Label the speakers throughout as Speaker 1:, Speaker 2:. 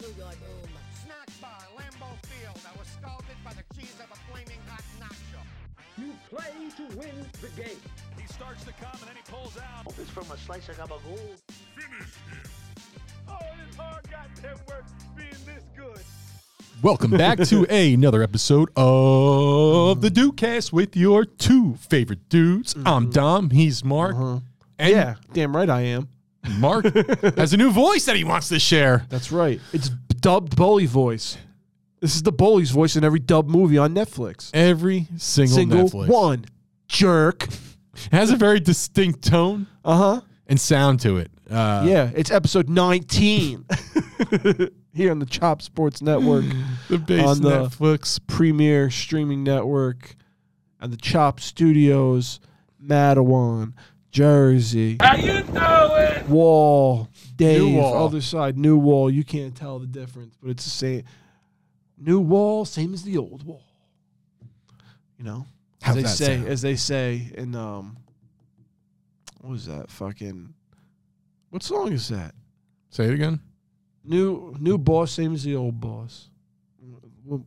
Speaker 1: New York Uma.
Speaker 2: Snack bar, Lambeau Field. I was scalded by the cheese of a flaming hot nacho.
Speaker 3: You play to win the game.
Speaker 4: He starts to come and then he pulls out.
Speaker 5: It's from a slice of gabagool.
Speaker 6: Oh, it's hard goddamn work being this good.
Speaker 7: Welcome back to another episode of the Dudecast with your two favorite dudes. I'm Dom. He's Mark. And
Speaker 8: Mm-hmm. Uh-huh. Yeah, damn right I am.
Speaker 7: Mark has a new voice that he wants to share.
Speaker 8: That's right. It's dubbed Bully voice. This is the Bully's voice in every dub movie on Netflix.
Speaker 7: Every single,
Speaker 8: Single
Speaker 7: Netflix
Speaker 8: one. Jerk.
Speaker 7: has a very distinct tone
Speaker 8: Uh huh.
Speaker 7: and sound to it. Uh,
Speaker 8: yeah, it's episode 19 here on the Chop Sports Network,
Speaker 7: The base
Speaker 8: On the-
Speaker 7: Netflix.
Speaker 8: premier streaming network, and the Chop Studios, Mattawan, Jersey. How you doing? Wall, Dave,
Speaker 7: Wall.
Speaker 8: other side, New Wall. You can't tell the difference, but it's the same. New Wall, same as the old wall. You know, as
Speaker 7: How's
Speaker 8: they
Speaker 7: that
Speaker 8: say,
Speaker 7: sound?
Speaker 8: as they say in um, what was that fucking? What song is that?
Speaker 7: Say it again.
Speaker 8: New new boss, same as the old boss. What,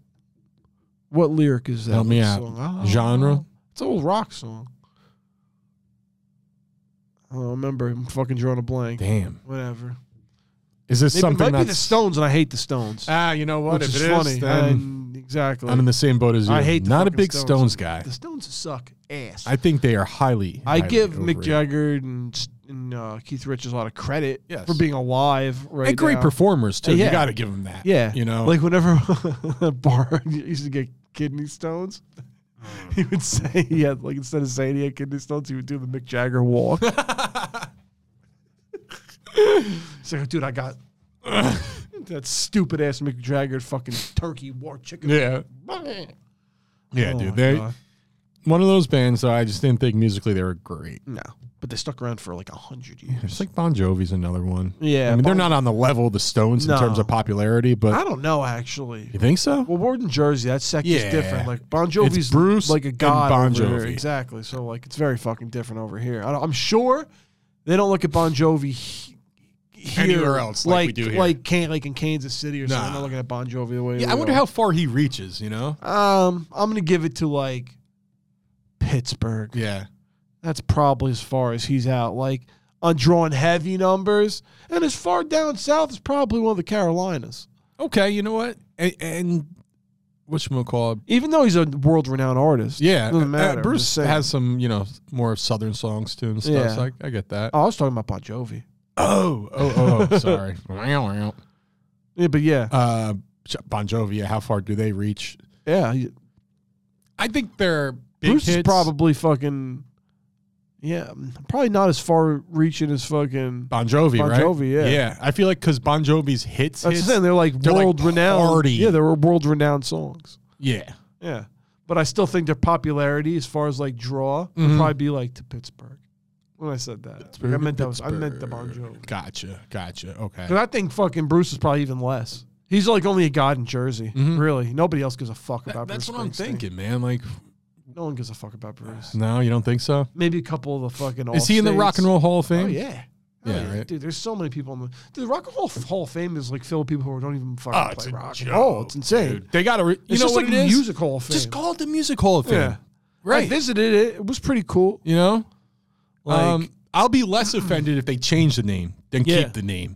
Speaker 8: what lyric is that?
Speaker 7: Help me
Speaker 8: What
Speaker 7: out.
Speaker 8: song? Oh.
Speaker 7: Genre?
Speaker 8: It's an old rock song. I don't remember. I'm fucking drawing a blank.
Speaker 7: Damn.
Speaker 8: Whatever.
Speaker 7: Is this
Speaker 8: Maybe
Speaker 7: something
Speaker 8: it might be the
Speaker 7: that's-
Speaker 8: Stones, and I hate the Stones.
Speaker 7: Ah, you know what?
Speaker 8: which
Speaker 7: if
Speaker 8: is
Speaker 7: it is,
Speaker 8: funny.
Speaker 7: then
Speaker 8: And- exactly.
Speaker 7: I'm in the same boat as you.
Speaker 8: I hate the
Speaker 7: not a
Speaker 8: fucking
Speaker 7: big
Speaker 8: Stones.
Speaker 7: Stones guy.
Speaker 8: the Stones suck ass.
Speaker 7: I think they are highly.
Speaker 8: I
Speaker 7: highly
Speaker 8: give Mick
Speaker 7: overrated.
Speaker 8: Jagger and, and uh, Keith Richards a lot of credit
Speaker 7: Yes.
Speaker 8: for being alive right
Speaker 7: and great
Speaker 8: now.
Speaker 7: performers too. You
Speaker 8: Yeah.
Speaker 7: got to give them that.
Speaker 8: Yeah,
Speaker 7: you know,
Speaker 8: like whenever Bar used to get kidney stones,
Speaker 7: Oh.
Speaker 8: he would say he had like instead of saying he had kidney stones, he would do the Mick Jagger walk. He's like, dude, I got that stupid ass Mick Jagger fucking turkey war chicken.
Speaker 7: yeah, yeah,
Speaker 8: Oh my
Speaker 7: dude. They
Speaker 8: God.
Speaker 7: one of those bands that I just didn't think musically they were great.
Speaker 8: no, but they stuck around for like a hundred years.
Speaker 7: It's like Bon Jovi's another one.
Speaker 8: Yeah,
Speaker 7: I mean they're
Speaker 8: Bon-
Speaker 7: not on the level of the Stones in
Speaker 8: No.
Speaker 7: terms of popularity, but
Speaker 8: I don't know actually.
Speaker 7: you think so?
Speaker 8: Well, we're in Jersey. That sect
Speaker 7: Yeah.
Speaker 8: is different. Like Bon Jovi's
Speaker 7: It's Bruce
Speaker 8: like a
Speaker 7: and
Speaker 8: god.
Speaker 7: Bon
Speaker 8: over here.
Speaker 7: Jovi.
Speaker 8: exactly. So like it's very fucking different over here. I don't, I'm sure they don't look at Bon Jovi he- here,
Speaker 7: Anywhere else like we do here.
Speaker 8: like Can- like in Kansas City or
Speaker 7: Nah.
Speaker 8: something. They're not looking at Bon Jovi the way.
Speaker 7: yeah,
Speaker 8: we
Speaker 7: I wonder
Speaker 8: are.
Speaker 7: how far he reaches. You know?
Speaker 8: Um, I'm gonna give it to like Pittsburgh.
Speaker 7: Yeah,
Speaker 8: That's probably as far as he's out. Like undrawn heavy numbers, and as far down south as probably one of the Carolinas.
Speaker 7: Okay, you know what? And, and which one call?
Speaker 8: Even though he's a world-renowned artist.
Speaker 7: Yeah,
Speaker 8: doesn't
Speaker 7: uh,
Speaker 8: matter. I'm
Speaker 7: Bruce
Speaker 8: just saying.
Speaker 7: has some, you know, more southern songs too and stuff.
Speaker 8: Yeah.
Speaker 7: So I, I get that.
Speaker 8: Oh, I was talking about Bon Jovi.
Speaker 7: Oh, oh, oh, sorry. uh,
Speaker 8: Yeah, but yeah,
Speaker 7: bon Jovi. yeah, How far do they reach?
Speaker 8: yeah. he-
Speaker 7: I think they're big
Speaker 8: Bruce is
Speaker 7: hits.
Speaker 8: probably fucking. Yeah, mm, probably not as far reaching as fucking.
Speaker 7: Bon Jovi,
Speaker 8: Bon
Speaker 7: right?
Speaker 8: Jovi, yeah.
Speaker 7: yeah. I feel like because Bon Jovi's hits,
Speaker 8: That's
Speaker 7: hits
Speaker 8: the thing. They're like
Speaker 7: they're like
Speaker 8: world renowned.
Speaker 7: party.
Speaker 8: Yeah, they were world renowned songs.
Speaker 7: yeah,
Speaker 8: Yeah, but I still think their popularity, as far as like draw,
Speaker 7: Mhm.
Speaker 8: would probably be like to Pittsburgh. When I said that, Like, I meant that was I meant the Bon Jovi.
Speaker 7: Gotcha, gotcha. Okay,
Speaker 8: Because I think fucking Bruce is probably even less. He's like only a god in Jersey.
Speaker 7: Mhm.
Speaker 8: Really, nobody else gives a fuck
Speaker 7: That-
Speaker 8: about.
Speaker 7: that's
Speaker 8: Bruce
Speaker 7: what I'm
Speaker 8: Springsteen.
Speaker 7: thinking, man. Like,
Speaker 8: No one gives a fuck about Bruce.
Speaker 7: no, you don't think so?
Speaker 8: Maybe a couple of the fucking.
Speaker 7: Is he in the
Speaker 8: Allstates.
Speaker 7: Rock and Roll Hall of Fame?
Speaker 8: Oh yeah. Oh,
Speaker 7: Yeah, right?
Speaker 8: Dude, there's so many people in the dude, the Rock and Roll F- Hall of Fame is like filled with people who don't even fucking
Speaker 7: Oh, it's
Speaker 8: play
Speaker 7: a
Speaker 8: rock.
Speaker 7: joke,
Speaker 8: and roll. it's insane.
Speaker 7: Dude, they got to. Re- you
Speaker 8: It's
Speaker 7: know
Speaker 8: just
Speaker 7: what
Speaker 8: like
Speaker 7: it
Speaker 8: a
Speaker 7: is?
Speaker 8: music hall of fame.
Speaker 7: Just call it the Music Hall of Fame.
Speaker 8: Yeah.
Speaker 7: Right.
Speaker 8: I visited it. It was pretty cool.
Speaker 7: you know,
Speaker 8: Like
Speaker 7: um, I'll be less offended if they change the name than
Speaker 8: Yeah.
Speaker 7: keep the name.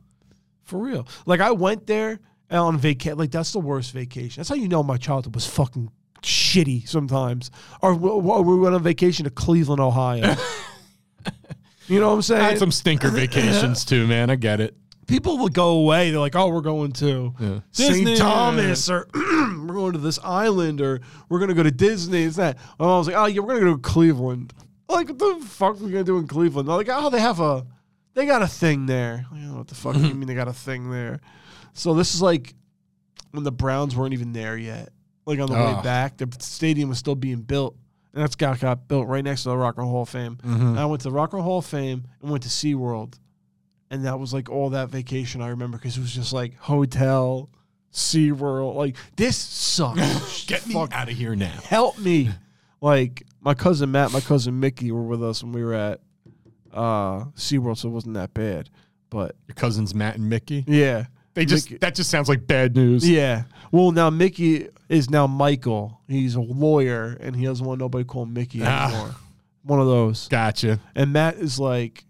Speaker 8: for real. Like I went there on vacation. Like that's the worst vacation. That's how you know my childhood was fucking shitty sometimes. Or w- w- we went on vacation to Cleveland, Ohio. you know what I'm saying?
Speaker 7: I had some stinker vacations too, man. I get it.
Speaker 8: people would go away. They're like, oh, we're going to
Speaker 7: Yeah. Disney.
Speaker 8: St. Thomas or we're going to this island or we're going to go to Disney. It's that. And I was like, oh, yeah, we're going to go to Cleveland. Like, what the fuck are we going to do in Cleveland? They're like, oh, they have a, they got a thing there. Like, oh, what the fuck do you mean they got a thing there? So this is like when the Browns weren't even there yet. Like on the
Speaker 7: Oh.
Speaker 8: way back, the stadium was still being built. And that's got, got built right next to the Rock and Roll Hall of Fame. And I went to the Rock and Roll Hall of Fame and went to SeaWorld and that was like all that vacation I remember because it was just like hotel, SeaWorld. Like this sucks.
Speaker 7: Get me out of here now.
Speaker 8: Help me. Like my cousin Matt, my cousin Mickey were with us when we were at uh SeaWorld, so it wasn't that bad. But
Speaker 7: Your cousins Matt and Mickey.
Speaker 8: yeah.
Speaker 7: They just
Speaker 8: Mickey-
Speaker 7: that just sounds like bad news.
Speaker 8: Yeah. Well, now Mickey is now Michael. He's a lawyer, and he doesn't want nobody to call him Mickey
Speaker 7: Ah.
Speaker 8: anymore. One of those.
Speaker 7: Gotcha.
Speaker 8: And Matt is like,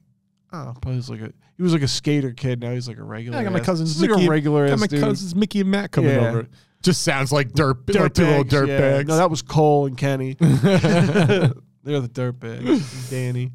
Speaker 8: oh, probably he's like a he was like a skater kid. Now he's like a regular.
Speaker 7: I got my
Speaker 8: ass-
Speaker 7: cousins
Speaker 8: he's like
Speaker 7: Mickey-
Speaker 8: a regular.
Speaker 7: Got
Speaker 8: ass
Speaker 7: my
Speaker 8: dude.
Speaker 7: cousins Mickey and Matt coming
Speaker 8: Yeah.
Speaker 7: over. Just sounds like dirt, like two little
Speaker 8: Dirtbags,
Speaker 7: dirt
Speaker 8: yeah.
Speaker 7: bags.
Speaker 8: No, that was Cole and Kenny. They're the dirtbags. and Danny.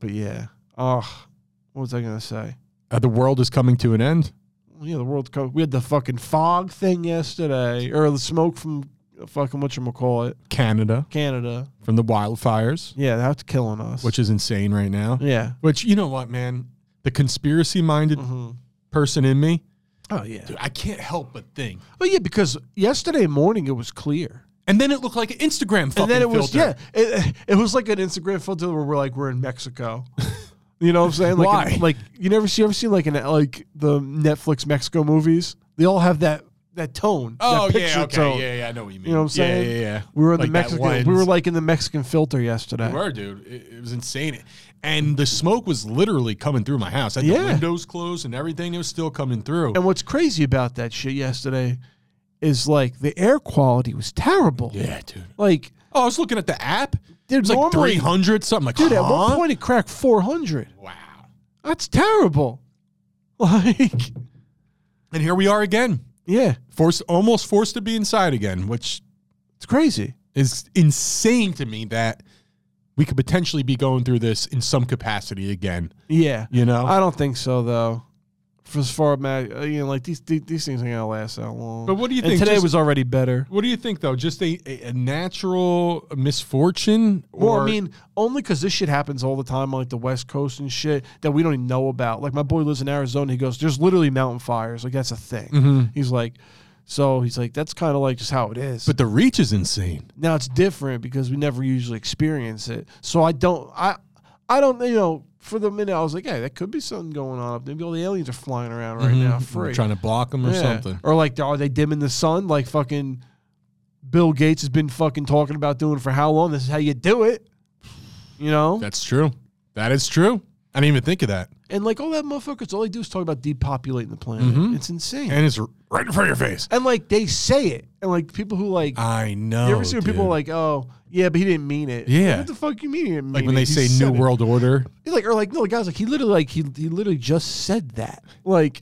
Speaker 8: But yeah. Oh, what was I gonna say?
Speaker 7: Uh, the world is coming to an end.
Speaker 8: Well, Yeah, the World Cup. We had the fucking fog thing yesterday, or the smoke from uh, fucking what you call it,
Speaker 7: Canada
Speaker 8: Canada.
Speaker 7: from the wildfires,
Speaker 8: Yeah, that's killing us.
Speaker 7: which is insane right now.
Speaker 8: yeah.
Speaker 7: Which you know what, man, the conspiracy-minded
Speaker 8: Mhm.
Speaker 7: person in me,
Speaker 8: Oh yeah.
Speaker 7: dude, I can't help but think.
Speaker 8: Well, yeah, because yesterday morning it was clear,
Speaker 7: And then it looked like an Instagram fucking
Speaker 8: and then it was
Speaker 7: filter.
Speaker 8: yeah, it, it was like an Instagram filter where we're like we're in Mexico. you know what I'm saying? Like,
Speaker 7: Why?
Speaker 8: Like you never see you ever see like an like the Netflix Mexico movies? They all have that that tone.
Speaker 7: Oh
Speaker 8: that
Speaker 7: yeah, okay, yeah, yeah, I know what you mean.
Speaker 8: You know what I'm saying?
Speaker 7: Yeah, yeah, yeah.
Speaker 8: We were in
Speaker 7: Like
Speaker 8: the
Speaker 7: that
Speaker 8: Mexican.
Speaker 7: one-
Speaker 8: We were like in the Mexican filter yesterday.
Speaker 7: We were, dude. It, it was insane. And the smoke was literally coming through my house. I had
Speaker 8: Yeah.
Speaker 7: the windows closed and everything. It was still coming through.
Speaker 8: And what's crazy about that shit yesterday is like the air quality was terrible.
Speaker 7: yeah, dude.
Speaker 8: Like,
Speaker 7: Oh, I was looking at the app.
Speaker 8: Dude,
Speaker 7: It's like
Speaker 8: normally-
Speaker 7: 300 something. Like,
Speaker 8: dude, at
Speaker 7: huh?
Speaker 8: one point it cracked 400.
Speaker 7: Wow.
Speaker 8: That's terrible. Like,
Speaker 7: And here we are again.
Speaker 8: yeah,
Speaker 7: Forced, almost forced to be inside again, which
Speaker 8: it's crazy.
Speaker 7: is insane to me that we could potentially be going through this in some capacity again.
Speaker 8: Yeah.
Speaker 7: You know?
Speaker 8: I don't think so, though. For as far as, you know, like these, these these things ain't gonna last that long.
Speaker 7: But what do you
Speaker 8: And
Speaker 7: think?
Speaker 8: Today
Speaker 7: Just-
Speaker 8: was already better.
Speaker 7: what do you think, though? Just a, a, a natural misfortune?
Speaker 8: Well, I mean, only because this shit happens all the time on like the West Coast and shit that we don't even know about. Like my boy lives in Arizona. He goes, "There's literally mountain fires. Like that's a thing."
Speaker 7: Mm-hmm.
Speaker 8: He's like, so he's like, that's kind of like just how it is.
Speaker 7: but the reach is insane.
Speaker 8: now it's different because we never usually experience it. So I don't, I, I don't, you know. For the minute, I was like, "Hey, that could be something going on up there. Maybe all the aliens are flying around right now,
Speaker 7: Mm-hmm. We're
Speaker 8: Mm-hmm. free
Speaker 7: trying to block them or
Speaker 8: Yeah.
Speaker 7: something.
Speaker 8: Or like, are they dimming the sun? Like fucking Bill Gates has been fucking talking about doing for how long? This is how you do it. You know,
Speaker 7: That's true. That is true. I didn't even think of that.
Speaker 8: and like all that motherfuckers, all they do is talk about depopulating the planet. It's insane. And,
Speaker 7: Mm-hmm. And it's r- right in front of your face.
Speaker 8: like they say it, and like people who like
Speaker 7: I know.
Speaker 8: you ever see when people
Speaker 7: dude.
Speaker 8: like, oh yeah, but he didn't mean it.
Speaker 7: Yeah.
Speaker 8: what the fuck you mean? He didn't mean
Speaker 7: like when they
Speaker 8: it? He
Speaker 7: say
Speaker 8: said
Speaker 7: New
Speaker 8: it.
Speaker 7: World Order?
Speaker 8: He's like or like no, the guy's like he literally like he he literally just said that. Like,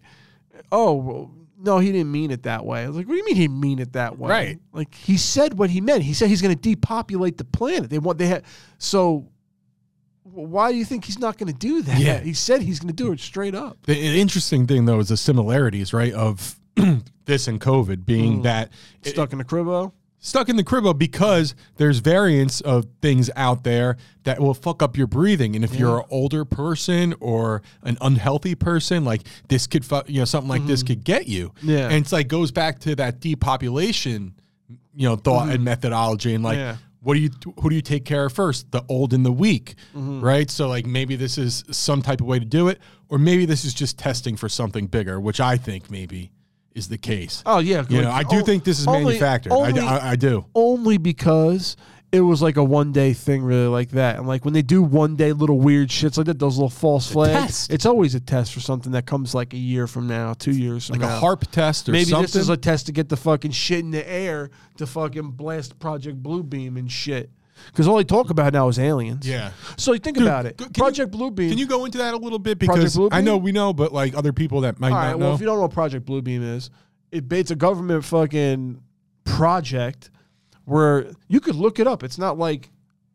Speaker 8: oh well, no, he didn't mean it that way. I was like, what do you mean he didn't mean it that way?
Speaker 7: Right.
Speaker 8: Like he said what he meant. He said he's going to depopulate the planet. They want they had so. wh- Why do you think he's not going to do that?
Speaker 7: Yeah.
Speaker 8: he said he's going to do it straight up.
Speaker 7: The interesting thing though is the similarities, right, of this and COVID being that it-
Speaker 8: Stuck in the cribbo.
Speaker 7: stuck in the cribbo because there's variants of things out there that will fuck up your breathing. And if you're an older person or an unhealthy person, like this could, fu- you know, something like this could get you.
Speaker 8: Mm-hmm. Yeah.
Speaker 7: And it's like goes back to that depopulation, you know, thought and methodology and like,
Speaker 8: Mm-hmm. Yeah.
Speaker 7: What do you who do you take care of first? The old and the weak,
Speaker 8: Mm-hmm.
Speaker 7: right? So like maybe this is some type of way to do it, or maybe this is just testing for something bigger, which I think maybe is the case.
Speaker 8: Oh yeah,
Speaker 7: You
Speaker 8: like,
Speaker 7: know, I do
Speaker 8: o-
Speaker 7: think this is
Speaker 8: only-
Speaker 7: manufactured. I-
Speaker 8: Only,
Speaker 7: I, I, do.
Speaker 8: only because it was like a one day thing, really like that. And like when they do one day little weird shits like that, those little false flags,
Speaker 7: test.
Speaker 8: it's always a test for something that comes like a year from now, two years from
Speaker 7: Like
Speaker 8: now.
Speaker 7: a harp test or
Speaker 8: Maybe
Speaker 7: something.
Speaker 8: this is a test to get the fucking shit in the air to fucking blast Project Bluebeam and shit. Because all they talk about now is aliens.
Speaker 7: yeah.
Speaker 8: So you think
Speaker 7: Dude,
Speaker 8: about it.
Speaker 7: c- can you-
Speaker 8: Project Bluebeam.
Speaker 7: Can you go into that a little bit
Speaker 8: Project
Speaker 7: because I
Speaker 8: Bluebeam?
Speaker 7: know we know, but like other people that might
Speaker 8: All
Speaker 7: not
Speaker 8: right.
Speaker 7: know.
Speaker 8: Well, if you don't know what Project Bluebeam is, it, it's a government fucking project where you could look it up. It's not like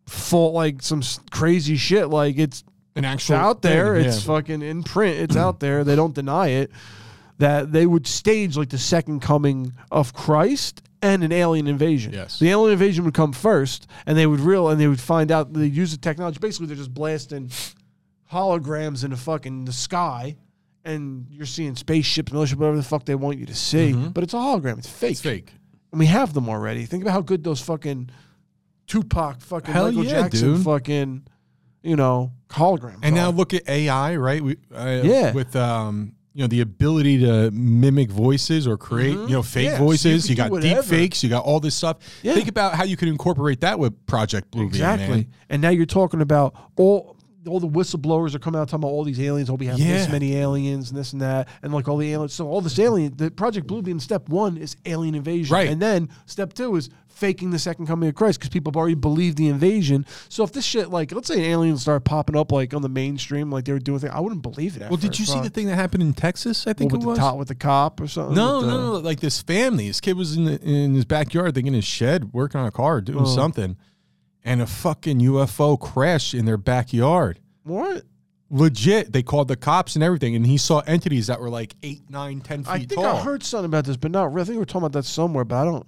Speaker 8: full like some s- crazy shit. Like it's
Speaker 7: An
Speaker 8: it's
Speaker 7: actual
Speaker 8: out there.
Speaker 7: thing,
Speaker 8: It's
Speaker 7: yeah.
Speaker 8: fucking in print. It's out there. They don't deny it. That they would stage like the second coming of Christ and an alien invasion.
Speaker 7: Yes.
Speaker 8: The alien invasion would come first, and they would real and they would find out they use the technology. Basically, they're just blasting holograms in the fucking the sky, and you're seeing spaceships, militia, whatever the fuck they want you to see.
Speaker 7: Mm-hmm.
Speaker 8: But it's a hologram. It's fake.
Speaker 7: It's fake.
Speaker 8: And we have them already. Think about how good those fucking Tupac, fucking
Speaker 7: Hell
Speaker 8: Michael
Speaker 7: yeah,
Speaker 8: Jackson,
Speaker 7: dude.
Speaker 8: fucking, you know, holograms.
Speaker 7: And
Speaker 8: are.
Speaker 7: now look at AI, right? We, uh,
Speaker 8: Yeah.
Speaker 7: With um, you know, the ability to mimic voices or create, you know, fake
Speaker 8: Mm-hmm. Yeah, so you
Speaker 7: voices.
Speaker 8: could
Speaker 7: you
Speaker 8: do
Speaker 7: got
Speaker 8: whatever.
Speaker 7: deep fakes. You got all this stuff.
Speaker 8: Yeah.
Speaker 7: Think about how you could incorporate that with Project Bluebeam.
Speaker 8: Exactly.
Speaker 7: man.
Speaker 8: And now you're talking about all all the whistleblowers are coming out talking about all these aliens. Oh, we have this
Speaker 7: Yeah.
Speaker 8: many aliens and this and that, and like all the aliens. So all this alien, the Project Bluebeam step one is alien invasion,
Speaker 7: Right.
Speaker 8: And then step two is faking the second coming of Christ because people have already believed the invasion. So if this shit, like, let's say aliens start popping up like on the mainstream, like they were doing, thing, I wouldn't believe it. At
Speaker 7: Well, did
Speaker 8: first,
Speaker 7: you see
Speaker 8: huh?
Speaker 7: the thing that happened in Texas? I
Speaker 8: What,
Speaker 7: think
Speaker 8: with
Speaker 7: it
Speaker 8: the
Speaker 7: was.
Speaker 8: top with the cop or something?
Speaker 7: No,
Speaker 8: With the-
Speaker 7: no, no. Like this family, this kid was in the, in his backyard, like in his shed, working on a car, doing
Speaker 8: Oh.
Speaker 7: something, and a fucking UFO crashed in their backyard.
Speaker 8: What?
Speaker 7: Legit, they called the cops and everything, and he saw entities that were like eight, nine, ten feet
Speaker 8: I think
Speaker 7: tall.
Speaker 8: I heard something about this, but not. re- I think we were talking about that somewhere, but I don't.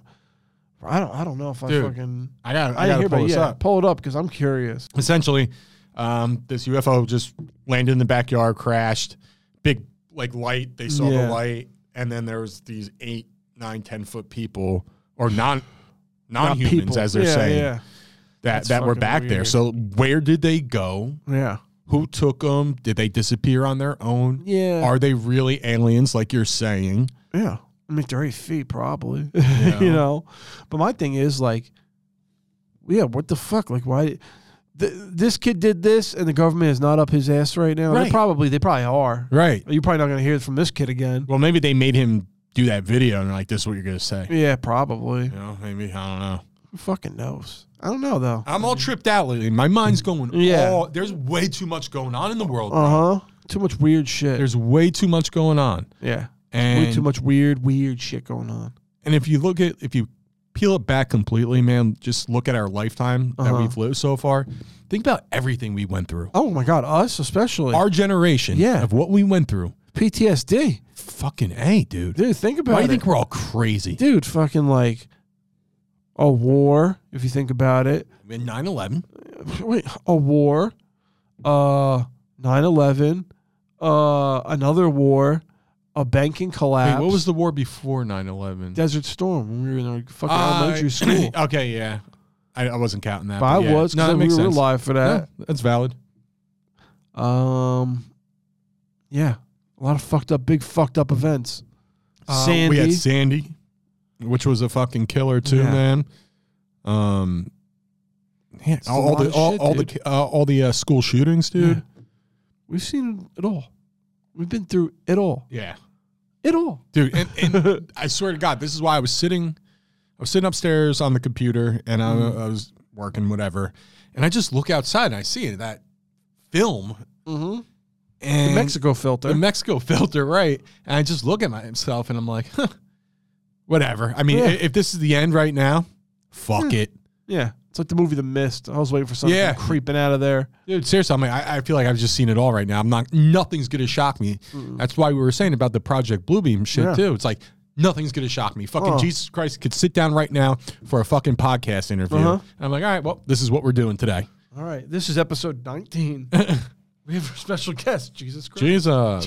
Speaker 8: I don't. I don't know if I
Speaker 7: Dude,
Speaker 8: fucking.
Speaker 7: I got.
Speaker 8: I,
Speaker 7: I,
Speaker 8: didn't
Speaker 7: got
Speaker 8: hear
Speaker 7: to pull
Speaker 8: about it.
Speaker 7: this
Speaker 8: Yeah,
Speaker 7: up.
Speaker 8: pull it up because I'm curious.
Speaker 7: Essentially, um, this UFO just landed in the backyard, crashed. Big like light. They saw
Speaker 8: Yeah.
Speaker 7: the light, and then there was these eight, nine, ten foot people or non non
Speaker 8: Not
Speaker 7: humans,
Speaker 8: people.
Speaker 7: as they're
Speaker 8: yeah,
Speaker 7: saying.
Speaker 8: Yeah,
Speaker 7: that
Speaker 8: That's
Speaker 7: that were
Speaker 8: fucking
Speaker 7: back there.
Speaker 8: weird.
Speaker 7: So where did they go?
Speaker 8: yeah,
Speaker 7: Who took them? Did they disappear on their own?
Speaker 8: Yeah.
Speaker 7: Are they really aliens, like you're saying?
Speaker 8: yeah. I mean, they're eight feet probably. you know, but my thing is like, yeah, what the fuck? Like, why? Th- this kid did this, and the government is not up his ass right now. They
Speaker 7: Right.
Speaker 8: probably, they probably are.
Speaker 7: Right.
Speaker 8: You're probably not going to hear it from this kid again.
Speaker 7: Well, maybe they made him do that video and they're like, "This is what you're gonna say."
Speaker 8: Yeah, probably.
Speaker 7: You know, maybe I don't know.
Speaker 8: Who fucking knows? I don't know though.
Speaker 7: I'm all tripped out lately. My mind's going.
Speaker 8: Yeah.
Speaker 7: all- there's way too much going on in the world.
Speaker 8: Uh huh. Too much weird shit.
Speaker 7: There's way too much going on,
Speaker 8: yeah.
Speaker 7: and
Speaker 8: Way too much weird, weird shit going on.
Speaker 7: And if you look at if you peel it back completely, man, just look at our lifetime that
Speaker 8: Uh-huh.
Speaker 7: we've lived so far. Think about everything we went through.
Speaker 8: Oh my god, us especially.
Speaker 7: our generation
Speaker 8: Yeah.
Speaker 7: of what we went through.
Speaker 8: PTSD.
Speaker 7: Fucking A, dude.
Speaker 8: Dude, think about
Speaker 7: Why
Speaker 8: it.
Speaker 7: do you think we're all crazy?
Speaker 8: Dude, fucking like a war, if you think about it.
Speaker 7: In 9 11,
Speaker 8: Wait, a war, uh 9/11, uh another war, a banking collapse.
Speaker 7: what was the war before 9 11?
Speaker 8: Desert Storm when we were in our fucking elementary school?
Speaker 7: okay, Uh, yeah. I, I wasn't counting that.
Speaker 8: But I
Speaker 7: yeah.
Speaker 8: was
Speaker 7: No,
Speaker 8: because
Speaker 7: that
Speaker 8: we
Speaker 7: makes
Speaker 8: were
Speaker 7: sense.
Speaker 8: alive for
Speaker 7: Yeah,
Speaker 8: that.
Speaker 7: that's valid.
Speaker 8: Um, yeah, a lot of fucked up, big fucked up events.
Speaker 7: Uh,
Speaker 8: Sandy.
Speaker 7: We had Sandy, which was a fucking killer, too,
Speaker 8: Yeah.
Speaker 7: man. Um, yeah,
Speaker 8: a
Speaker 7: all,
Speaker 8: lot
Speaker 7: the
Speaker 8: of
Speaker 7: all,
Speaker 8: shit,
Speaker 7: all the uh, all the uh, school shootings, dude.
Speaker 8: We've seen it all. We've been through it all.
Speaker 7: yeah.
Speaker 8: It all.
Speaker 7: dude. And, and I swear to God, this is why I was sitting, I was sitting upstairs on the computer, and I,
Speaker 8: Mm-hmm.
Speaker 7: I was working whatever, and I just look outside and I see that film
Speaker 8: Mm-hmm.
Speaker 7: and
Speaker 8: Mexico filter.
Speaker 7: the Mexico filter, right? And I just look at myself and I'm like, huh, whatever. I mean,
Speaker 8: Yeah. Hmm.
Speaker 7: i- if this is the end right now, fuck it,
Speaker 8: yeah, it's like the movie The Mist. I was waiting for something
Speaker 7: Yeah.
Speaker 8: creeping out of there.
Speaker 7: dude. Seriously, I'm like, I, I feel like I've just seen it all right now. I'm not, nothing's gonna shock me. That's why we were saying about the Project Bluebeam shit
Speaker 8: Mm. Yeah.
Speaker 7: too. It's like. Nothing's gonna shock me. Fucking
Speaker 8: Oh.
Speaker 7: Jesus Christ could sit down right now for a fucking podcast interview.
Speaker 8: Uh-huh.
Speaker 7: And I'm like, all right, well, this is what we're doing today.
Speaker 8: All right, this is episode 19. we have a special guest, Jesus Christ.
Speaker 7: Jesus,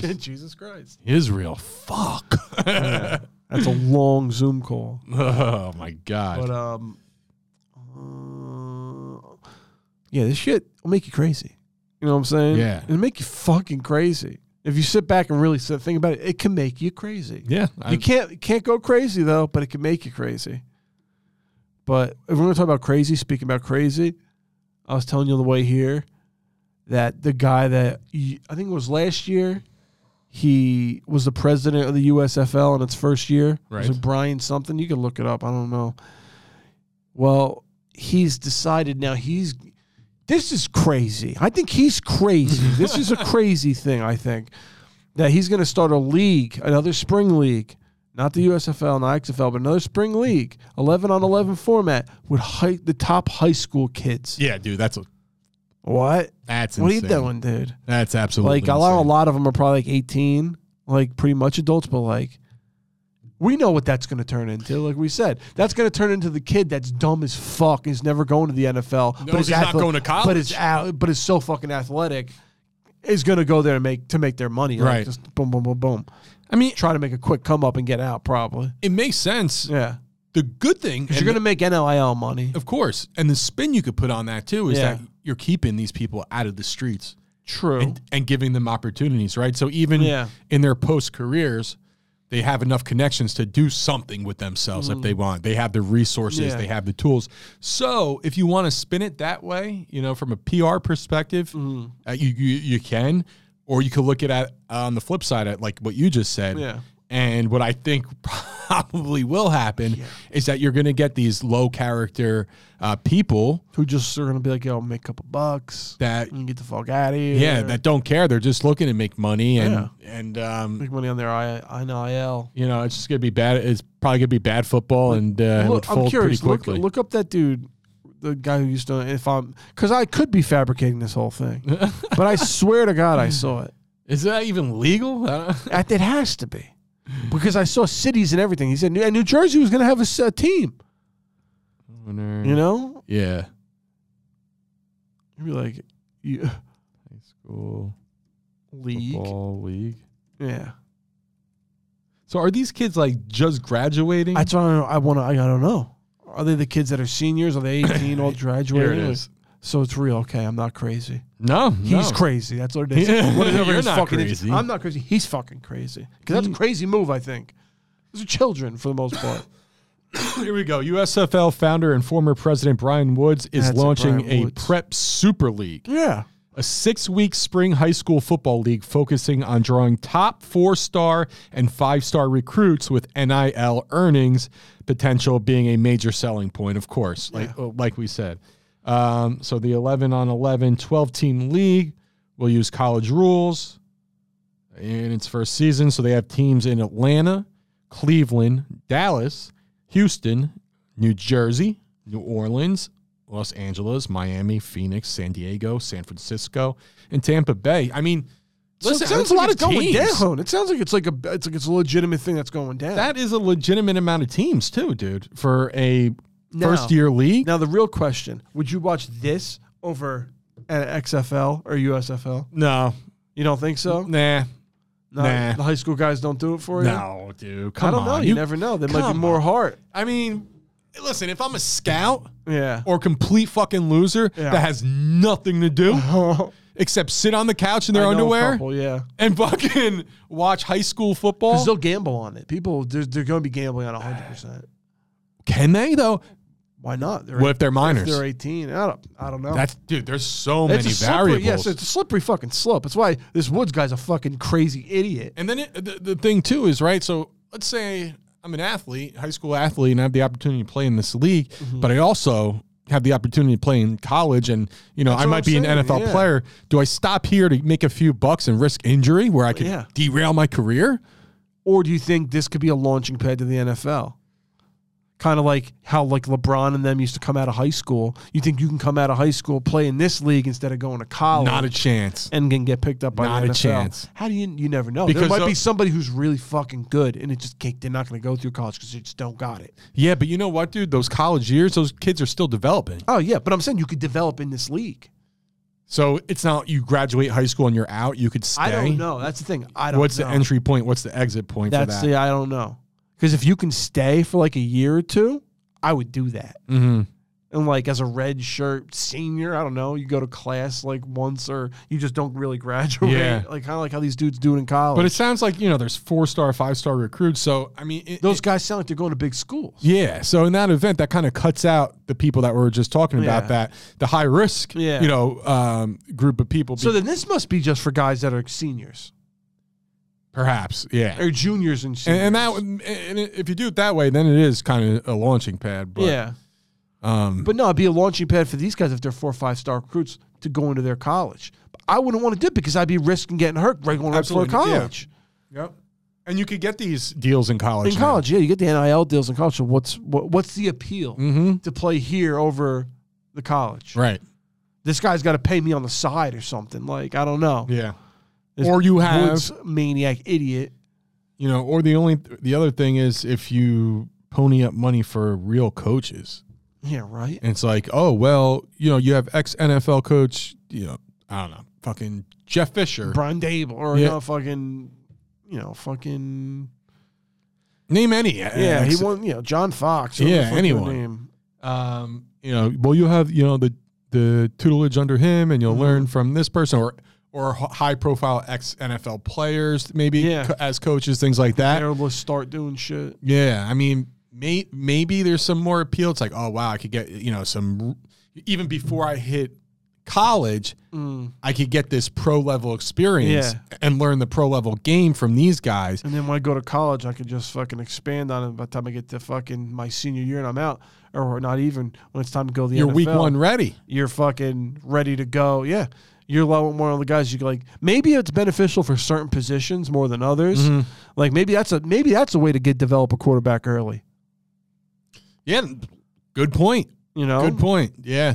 Speaker 8: Jesus Christ.
Speaker 7: Israel, fuck.
Speaker 8: That's a long Zoom call.
Speaker 7: oh my god.
Speaker 8: But, um, uh, yeah, this shit will make you crazy. You know what I'm saying?
Speaker 7: Yeah.
Speaker 8: It'll make you fucking crazy. If you sit back and really sit, think about it, it can make you crazy.
Speaker 7: yeah, I-
Speaker 8: You can't can't go crazy though, but it can make you crazy. But if we're gonna talk about crazy, speaking about crazy, I was telling you on the way here that the guy that y- I think it was last year, he was the president of the USFL in its first year. It
Speaker 7: Right.
Speaker 8: was like Brian something. You can look it up. I don't know. Well, he's decided now he's this is crazy. I think he's crazy. this is a crazy thing, I think. That he's going to start a league, another spring league, not the USFL, not XFL, but another spring league, 11 on 11 format with high, the top high school kids.
Speaker 7: yeah, dude, that's a,
Speaker 8: What?
Speaker 7: that's
Speaker 8: What are you
Speaker 7: insane.
Speaker 8: doing, dude?
Speaker 7: That's absolutely
Speaker 8: Like, a lot, a
Speaker 7: insane.
Speaker 8: lot of them are probably like 18, like pretty much adults, but like, we know what that's going to turn into. Like we said, that's going to turn into the kid that's dumb as fuck, is never going to the NFL.
Speaker 7: No, he's not going to
Speaker 8: But is,
Speaker 7: college.
Speaker 8: out, but is so fucking athletic, is going to go there to make to make their money. Like,
Speaker 7: Right.
Speaker 8: Just boom, boom, boom, boom.
Speaker 7: I mean,
Speaker 8: Try to make a quick come up and get out, probably.
Speaker 7: it makes sense.
Speaker 8: Yeah.
Speaker 7: The good thing
Speaker 8: Because
Speaker 7: and
Speaker 8: you're going to make NIL money.
Speaker 7: Of course. And the spin you could put on that too is
Speaker 8: Yeah.
Speaker 7: that you're keeping these people out of the streets
Speaker 8: True.
Speaker 7: and, and giving them opportunities, right? So even
Speaker 8: Yeah.
Speaker 7: in their post careers, they have enough connections to do something with themselves if they want. They have the resources,
Speaker 8: Mm. Yeah.
Speaker 7: they have the tools. So if you want to spin it that way, you know, from a PR perspective,
Speaker 8: Mm.
Speaker 7: uh, you, you you can, or you could look at it on the flip side at like what you just said.
Speaker 8: Yeah.
Speaker 7: And what I think probably will happen is that you're going to get these low character uh, people
Speaker 8: Who just are gonna be like, yo, make a couple bucks.
Speaker 7: that
Speaker 8: and get the fuck out of here.
Speaker 7: yeah, that don't care. They're just looking to make money and
Speaker 8: Yeah.
Speaker 7: and um,
Speaker 8: make money on their I- NIL.
Speaker 7: you know it's just gonna be bad. It's probably gonna be bad football and uh,
Speaker 8: Look,
Speaker 7: would fold
Speaker 8: I'm curious.
Speaker 7: pretty
Speaker 8: Look,
Speaker 7: quickly.
Speaker 8: look up that dude, the guy who used to. If I'm, because I could be fabricating this whole thing, but I swear to God, I saw it.
Speaker 7: Is that even legal? I don't-
Speaker 8: I- It has to be, because I saw cities and everything. He said, New- and New Jersey was going to have a, s- a team.
Speaker 7: Mm.
Speaker 8: You know,
Speaker 7: yeah,
Speaker 8: you'd be like, you,
Speaker 7: high school
Speaker 8: league,
Speaker 7: football league.
Speaker 8: yeah.
Speaker 7: So are these kids like just graduating?
Speaker 8: That's why I want to. I don't know. Are they the kids that are seniors? Are they 18? all graduating?
Speaker 7: Here it is.
Speaker 8: So it's real. Okay, I'm not crazy.
Speaker 7: No,
Speaker 8: He's
Speaker 7: no.
Speaker 8: crazy. That's what it is.
Speaker 7: Yeah.
Speaker 8: Whatever
Speaker 7: You're
Speaker 8: his
Speaker 7: not
Speaker 8: fucking
Speaker 7: crazy.
Speaker 8: I'm not crazy. He's fucking crazy. Because that's a crazy move, I think. Those are children for the most part.
Speaker 7: Here we go. USFL founder and former president Brian Woods is
Speaker 8: That's it,
Speaker 7: launching
Speaker 8: Brian
Speaker 7: a
Speaker 8: Woods.
Speaker 7: prep super league.
Speaker 8: yeah.
Speaker 7: a six week spring high school football league focusing on drawing top four star and five star recruits with NIL earnings potential being a major selling point, of course, like, oh, like we said. Um, so the 11 on 11, 12 team league will use college rules in its first season. So they have teams in Atlanta, Cleveland, Dallas, Houston, New Jersey, New Orleans, Los Angeles, Miami, Phoenix, San Diego, San Francisco, and Tampa Bay. I mean, listen,
Speaker 8: so it sounds
Speaker 7: that's a
Speaker 8: like
Speaker 7: lot
Speaker 8: it's
Speaker 7: of
Speaker 8: going
Speaker 7: teams.
Speaker 8: down. It sounds like it's like a it's like it's a legitimate thing that's going down.
Speaker 7: That is a legitimate amount of teams too, dude, for a
Speaker 8: Now-
Speaker 7: first year league.
Speaker 8: now the real question: Would you watch this over an XFL or USFL?
Speaker 7: No,
Speaker 8: You don't think so?
Speaker 7: nah,
Speaker 8: No,
Speaker 7: nah.
Speaker 8: The high school guys don't do it for you.
Speaker 7: no, dude, come
Speaker 8: I don't
Speaker 7: on.
Speaker 8: know. You, never know. There might be
Speaker 7: come
Speaker 8: more heart.
Speaker 7: I mean, listen, if I'm a scout
Speaker 8: Yeah.
Speaker 7: or complete fucking loser
Speaker 8: Yeah. Uh-huh.
Speaker 7: that has nothing to do except sit on the couch in their
Speaker 8: I know a
Speaker 7: underwear
Speaker 8: couple, yeah.
Speaker 7: and fucking watch high school
Speaker 8: Because
Speaker 7: football,
Speaker 8: they'll gamble on it. People, they're, they're going to be gambling on 100%.
Speaker 7: can they though?
Speaker 8: Why not? They're
Speaker 7: What if they're minors?
Speaker 8: They're 18. I don't, I don't know.
Speaker 7: That's dude. There's so
Speaker 8: It's
Speaker 7: many
Speaker 8: a slippery,
Speaker 7: variables.
Speaker 8: Yes, it's a slippery fucking slope. That's why this Woods guy's a fucking crazy idiot.
Speaker 7: and then it, the, the thing too is right. So let's say I'm an athlete, high school athlete, and I have the opportunity to play in this league,
Speaker 8: Mm-hmm.
Speaker 7: but I also have the opportunity to play in college, and you know I
Speaker 8: what
Speaker 7: might
Speaker 8: I'm
Speaker 7: be an
Speaker 8: saying,
Speaker 7: NFL
Speaker 8: yeah.
Speaker 7: player. Do I stop here to make a few bucks and risk injury where I could
Speaker 8: yeah.
Speaker 7: derail my career?
Speaker 8: Or do you think this could be a launching pad to the NFL? Kind of like how like LeBron and them used to come out of high school. You think you can come out of high school, play in this league instead of going to college,
Speaker 7: Not a chance.
Speaker 8: and can get picked up by
Speaker 7: Not
Speaker 8: the
Speaker 7: a
Speaker 8: NFL?
Speaker 7: chance.
Speaker 8: How do you? You never know.
Speaker 7: Because
Speaker 8: there might
Speaker 7: the-
Speaker 8: be somebody who's really fucking good, and it just can't, they're not going to go through college because they just don't got it.
Speaker 7: Yeah, but you know what, dude? Those college years, those kids are still developing.
Speaker 8: Oh yeah, but I'm saying you could develop in this league.
Speaker 7: So it's not you graduate high school and you're out. You could stay.
Speaker 8: I don't know. That's the thing. I don't.
Speaker 7: What's
Speaker 8: know.
Speaker 7: the entry point? What's the exit point
Speaker 8: That's
Speaker 7: for that?
Speaker 8: the I don't know. Because if you can stay for like a year or two, I would do that.
Speaker 7: mm-hmm.
Speaker 8: And like as a red shirt senior, I don't know. You go to class like once, or you just don't really graduate.
Speaker 7: Yeah.
Speaker 8: Like kind of like how these dudes do it in college.
Speaker 7: But it sounds like you know there's four star, five star recruits. So I mean, it-
Speaker 8: those
Speaker 7: it-
Speaker 8: guys sound like they're going to big schools.
Speaker 7: yeah. So in that event, that kind of cuts out the people that we were just talking about
Speaker 8: Yeah.
Speaker 7: that the high risk,
Speaker 8: Yeah.
Speaker 7: you know, um, group of people.
Speaker 8: So
Speaker 7: be-
Speaker 8: then this must be just for guys that are seniors
Speaker 7: perhaps, yeah.
Speaker 8: or juniors and
Speaker 7: and,
Speaker 8: seniors.
Speaker 7: and that and and if you do it that way, then it is kind of a launching pad. But
Speaker 8: yeah.
Speaker 7: um,
Speaker 8: But no, it'd be a launching pad for these guys if they're four or five star recruits to go into their college. But I wouldn't want to do it because I'd be risking getting hurt right going right before
Speaker 7: Absolutely, yeah.
Speaker 8: college.
Speaker 7: yep. And you could get these deals in college.
Speaker 8: In college, yeah, you get the NIL deals in college. So what's what, what's the appeal
Speaker 7: Mm-hmm.
Speaker 8: to play here over the college?
Speaker 7: Right.
Speaker 8: This guy's got to pay me on the side or something. Like I don't know.
Speaker 7: Yeah.
Speaker 8: This
Speaker 7: Or you have-
Speaker 8: Woods maniac idiot.
Speaker 7: You know, or the only the other thing is if you pony up money for real coaches.
Speaker 8: Yeah, right.
Speaker 7: And it's like, oh well, you know, you have ex NFL coach, you know, I don't know, fucking Jeff Fisher.
Speaker 8: Brian Dable or
Speaker 7: Yeah.
Speaker 8: no fucking, you know, fucking
Speaker 7: Name any. uh,
Speaker 8: yeah.
Speaker 7: ex-
Speaker 8: He won. You know, John Fox. who the
Speaker 7: Yeah,
Speaker 8: fuck their
Speaker 7: anyone.
Speaker 8: Name. Mm-hmm.
Speaker 7: Um, you know, well, you have you know the the tutelage under him, and you'll learn from this person, or or high profile ex NFL players, maybe
Speaker 8: Yeah.
Speaker 7: co- as coaches, things like that.
Speaker 8: They're able to start doing shit.
Speaker 7: Yeah, I mean, may, maybe there's some more appeal. It's like, oh wow, I could get you know some even before I hit college, I could get this pro level experience
Speaker 8: Mm. Yeah.
Speaker 7: and learn the pro level game from these guys.
Speaker 8: And then when I go to college, I could just fucking expand on it by the time I get to fucking my senior year and I'm out, or not even when it's time to go to the
Speaker 7: You're week
Speaker 8: NFL,
Speaker 7: one ready.
Speaker 8: You're fucking ready to go. Yeah. You're low one of the guys you can, like maybe it's beneficial for certain positions more than others.
Speaker 7: Mm-hmm.
Speaker 8: Like maybe that's a maybe that's a way to get develop a quarterback early.
Speaker 7: Yeah, good point.
Speaker 8: You know?
Speaker 7: Good point. Yeah.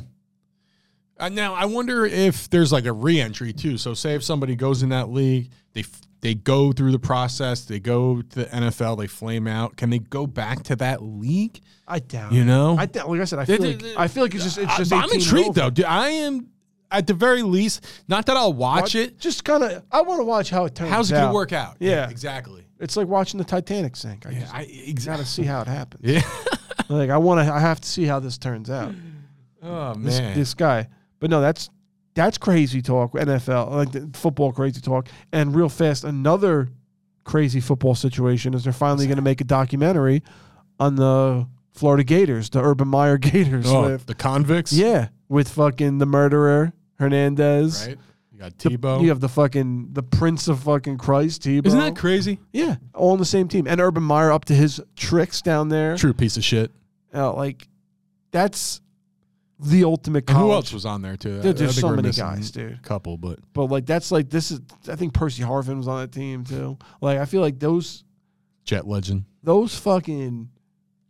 Speaker 7: Uh, now I wonder if there's like a reentry too. So say if somebody goes in that league, they f- they go through the process, they go to the NFL, they flame out. Can they go back to that league?
Speaker 8: I doubt
Speaker 7: You
Speaker 8: it.
Speaker 7: know,
Speaker 8: Uh, I doubt like I said, I
Speaker 7: Th-
Speaker 8: feel like,
Speaker 7: th-
Speaker 8: I feel like it's just it's just
Speaker 7: I, am
Speaker 8: 18 and
Speaker 7: intrigued
Speaker 8: over.
Speaker 7: though. Dude, I am at the very least. Not that I'll watch
Speaker 8: I-
Speaker 7: it.
Speaker 8: Just kind of, I want to watch how it turns.
Speaker 7: How's it
Speaker 8: out.
Speaker 7: gonna work out?
Speaker 8: Yeah.
Speaker 7: exactly.
Speaker 8: It's like watching the Titanic sink. I just
Speaker 7: I
Speaker 8: gotta
Speaker 7: exactly.
Speaker 8: see how it happens.
Speaker 7: Yeah.
Speaker 8: Like I want to, I have to see how this turns out.
Speaker 7: Oh man.
Speaker 8: This, this guy, but no, that's that's crazy talk. NFL, like the football, crazy talk, and real fast. Another crazy football situation is they're finally going to make a documentary on the Florida Gators, the Urban Meyer Gators.
Speaker 7: oh,
Speaker 8: with-
Speaker 7: the convicts.
Speaker 8: yeah, with fucking the murderer Hernandez.
Speaker 7: Right. You got
Speaker 8: The-
Speaker 7: Tebow.
Speaker 8: You have the fucking the Prince of fucking Christ, Tebow.
Speaker 7: Isn't that crazy?
Speaker 8: Yeah, all on the same team, and Urban Meyer up to his tricks down there.
Speaker 7: True piece of shit.
Speaker 8: Uh, like that's the ultimate
Speaker 7: And
Speaker 8: college.
Speaker 7: who else was on there too?
Speaker 8: Dude, there's
Speaker 7: I think
Speaker 8: so
Speaker 7: we're
Speaker 8: many
Speaker 7: missing
Speaker 8: guys, dude.
Speaker 7: A couple, but
Speaker 8: But like that's like this is. I think Percy Harvin was on that team too. Like I feel like those
Speaker 7: Jet Legend.
Speaker 8: those fucking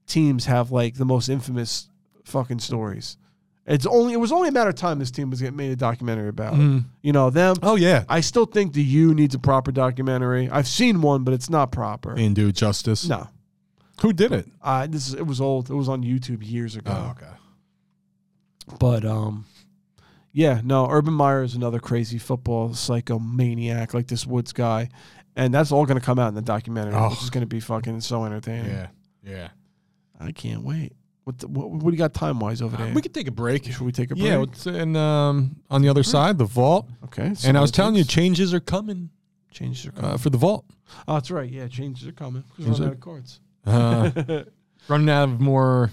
Speaker 8: teams have like the most infamous fucking stories. It's only it was only a matter of time this team was getting made a documentary about. it. You know them.
Speaker 7: Oh yeah.
Speaker 8: I still think the U needs a proper documentary. I've seen one, but it's not proper.
Speaker 7: And do it justice.
Speaker 8: No,
Speaker 7: Who did it?
Speaker 8: uh, this is, it was old. It was on YouTube years ago.
Speaker 7: Oh, okay.
Speaker 8: But um, yeah, no, Urban Meyer is another crazy football psychomaniac like this Woods guy, and that's all going to come out in the documentary,
Speaker 7: Oh.
Speaker 8: which is going to be fucking so entertaining.
Speaker 7: Yeah. Yeah.
Speaker 8: I can't wait. What the, what, what do you got time wise over there?
Speaker 7: We could take a break.
Speaker 8: Should we take a break?
Speaker 7: Yeah, let's- and um, on the other side, the vault.
Speaker 8: okay.
Speaker 7: And I was telling you, changes are coming
Speaker 8: changes are coming.
Speaker 7: uh, for the vault.
Speaker 8: oh, that's right. Yeah, changes are coming. 'Cause
Speaker 7: Changes
Speaker 8: we're running
Speaker 7: are-
Speaker 8: out of cards.
Speaker 7: Uh,
Speaker 8: Uh-huh.
Speaker 7: running out of more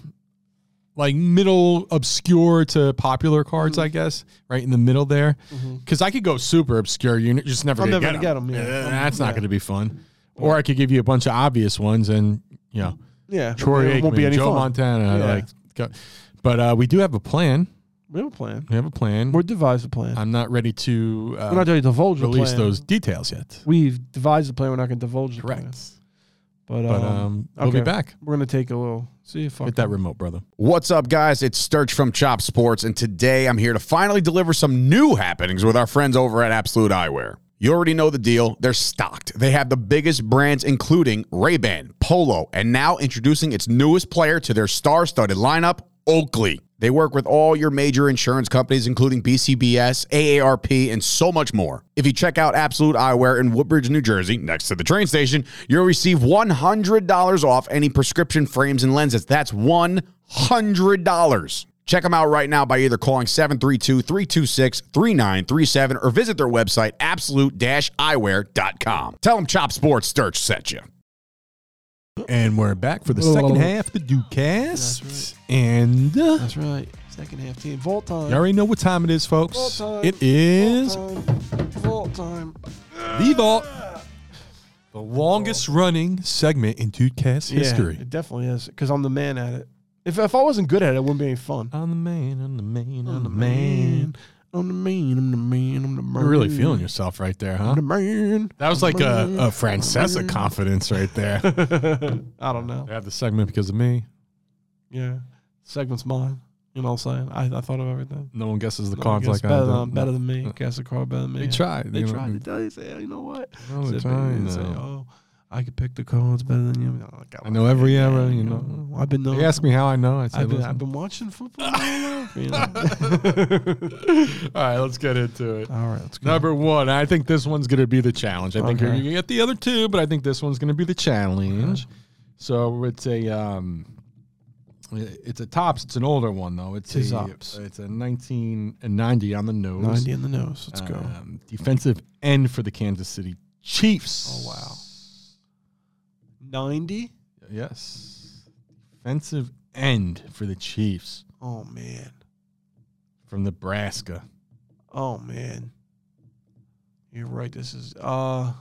Speaker 7: like middle obscure to popular cards,
Speaker 8: Mm-hmm.
Speaker 7: I guess, right in the middle there. Because I could go super obscure. You're n- just never
Speaker 8: I'm
Speaker 7: gonna
Speaker 8: Mm-hmm. never
Speaker 7: get
Speaker 8: gonna
Speaker 7: them.
Speaker 8: get 'em, yeah.
Speaker 7: Uh, that's
Speaker 8: Yeah.
Speaker 7: not going to be fun. Or I could give you a bunch of obvious ones, and you know,
Speaker 8: Yeah,
Speaker 7: Troy
Speaker 8: it
Speaker 7: Aikman,
Speaker 8: won't be any
Speaker 7: Joe
Speaker 8: fun.
Speaker 7: Montana,
Speaker 8: Yeah.
Speaker 7: like. Go. But uh, we do have a plan.
Speaker 8: We have a plan.
Speaker 7: We have a plan.
Speaker 8: We're devised a plan.
Speaker 7: I'm not ready to
Speaker 8: we're not
Speaker 7: uh,
Speaker 8: going to divulge the
Speaker 7: release
Speaker 8: plan.
Speaker 7: those details yet.
Speaker 8: We've devised a plan. We're not going to divulge the plan.
Speaker 7: Correct.
Speaker 8: But,
Speaker 7: But
Speaker 8: um,
Speaker 7: um, we'll be
Speaker 8: okay.
Speaker 7: back.
Speaker 8: we're going to take a little. See if I
Speaker 7: Hit that remote, brother.
Speaker 1: What's up, guys? It's Sturch from Chop Sports, and today I'm here to finally deliver some new happenings with our friends over at Absolute Eyewear. You already know the deal. They're stocked. They have the biggest brands, including Ray-Ban, Polo, and now introducing its newest player to their star-studded lineup, Oakley. They work with all your major insurance companies, including BCBS, AARP, and so much more. If you check out Absolute Eyewear in Woodbridge, New Jersey, next to the train station, you'll receive $100 off any prescription frames and lenses. That's $100. Check them out right now by either calling 732 326 3937 or visit their website, absolute eyewear.com. Tell them Chop Sports Sturch sent you.
Speaker 7: And we're back for the second half, the Dukecast. And uh,
Speaker 8: That's right. Second half team. Vault time.
Speaker 7: you already know what time it is,
Speaker 8: Vault
Speaker 7: folks.
Speaker 8: time.
Speaker 7: It is
Speaker 8: Vault time. Vault time.
Speaker 7: the vault, the longest running segment in Dukecast
Speaker 8: Yeah,
Speaker 7: history.
Speaker 8: it definitely is because I'm the man at it. If, if I wasn't good at it, it wouldn't be any fun.
Speaker 7: I'm the man, I'm the man, I'm the man.
Speaker 8: I'm the man. I'm the man. I'm the man.
Speaker 7: You're really feeling yourself right there, huh?
Speaker 8: I'm the man.
Speaker 7: That was like a, a Francesa confidence right there. I
Speaker 8: I don't know.
Speaker 7: have the segment because of me.
Speaker 8: Yeah. Segment's mine. You know what I'm saying? I, I thought of everything.
Speaker 7: No one guesses the
Speaker 8: No,
Speaker 7: cards
Speaker 8: guess
Speaker 7: like
Speaker 8: better
Speaker 7: I do.
Speaker 8: than, better than me. Guess the card better than me.
Speaker 7: They tried,
Speaker 8: They
Speaker 7: you know.
Speaker 8: tried to tell you, say, oh, you know what?
Speaker 7: No, they
Speaker 8: Said,
Speaker 7: tried,
Speaker 8: baby, say, oh,
Speaker 7: though.
Speaker 8: I could pick the cards better than you. No, got
Speaker 7: I
Speaker 8: one.
Speaker 7: know every
Speaker 8: Yeah,
Speaker 7: era, you
Speaker 8: yeah,
Speaker 7: know.
Speaker 8: I've been knowing.
Speaker 7: They asked me how I know. I said,
Speaker 8: I've been,
Speaker 7: listen.
Speaker 8: I've been watching football. all over, you know.
Speaker 7: All right, let's get into it.
Speaker 8: All right, let's go.
Speaker 7: Number one, I think this one's going to be the challenge. I think you're
Speaker 8: Okay.
Speaker 7: going to get the other two, but I think this one's going to be the challenge. So it's a um, It's a tops. It's an older one though. It's
Speaker 8: Tis
Speaker 7: a
Speaker 8: Ops.
Speaker 7: it's a 1990 on the nose.
Speaker 8: 90 in the nose. Let's go.
Speaker 7: Um, defensive end for the Kansas City Chiefs.
Speaker 8: Oh, wow. 90?
Speaker 7: Yes. Defensive end for the Chiefs
Speaker 8: Oh, man.
Speaker 7: from Nebraska.
Speaker 8: Oh, man. You're right. This is, uh, I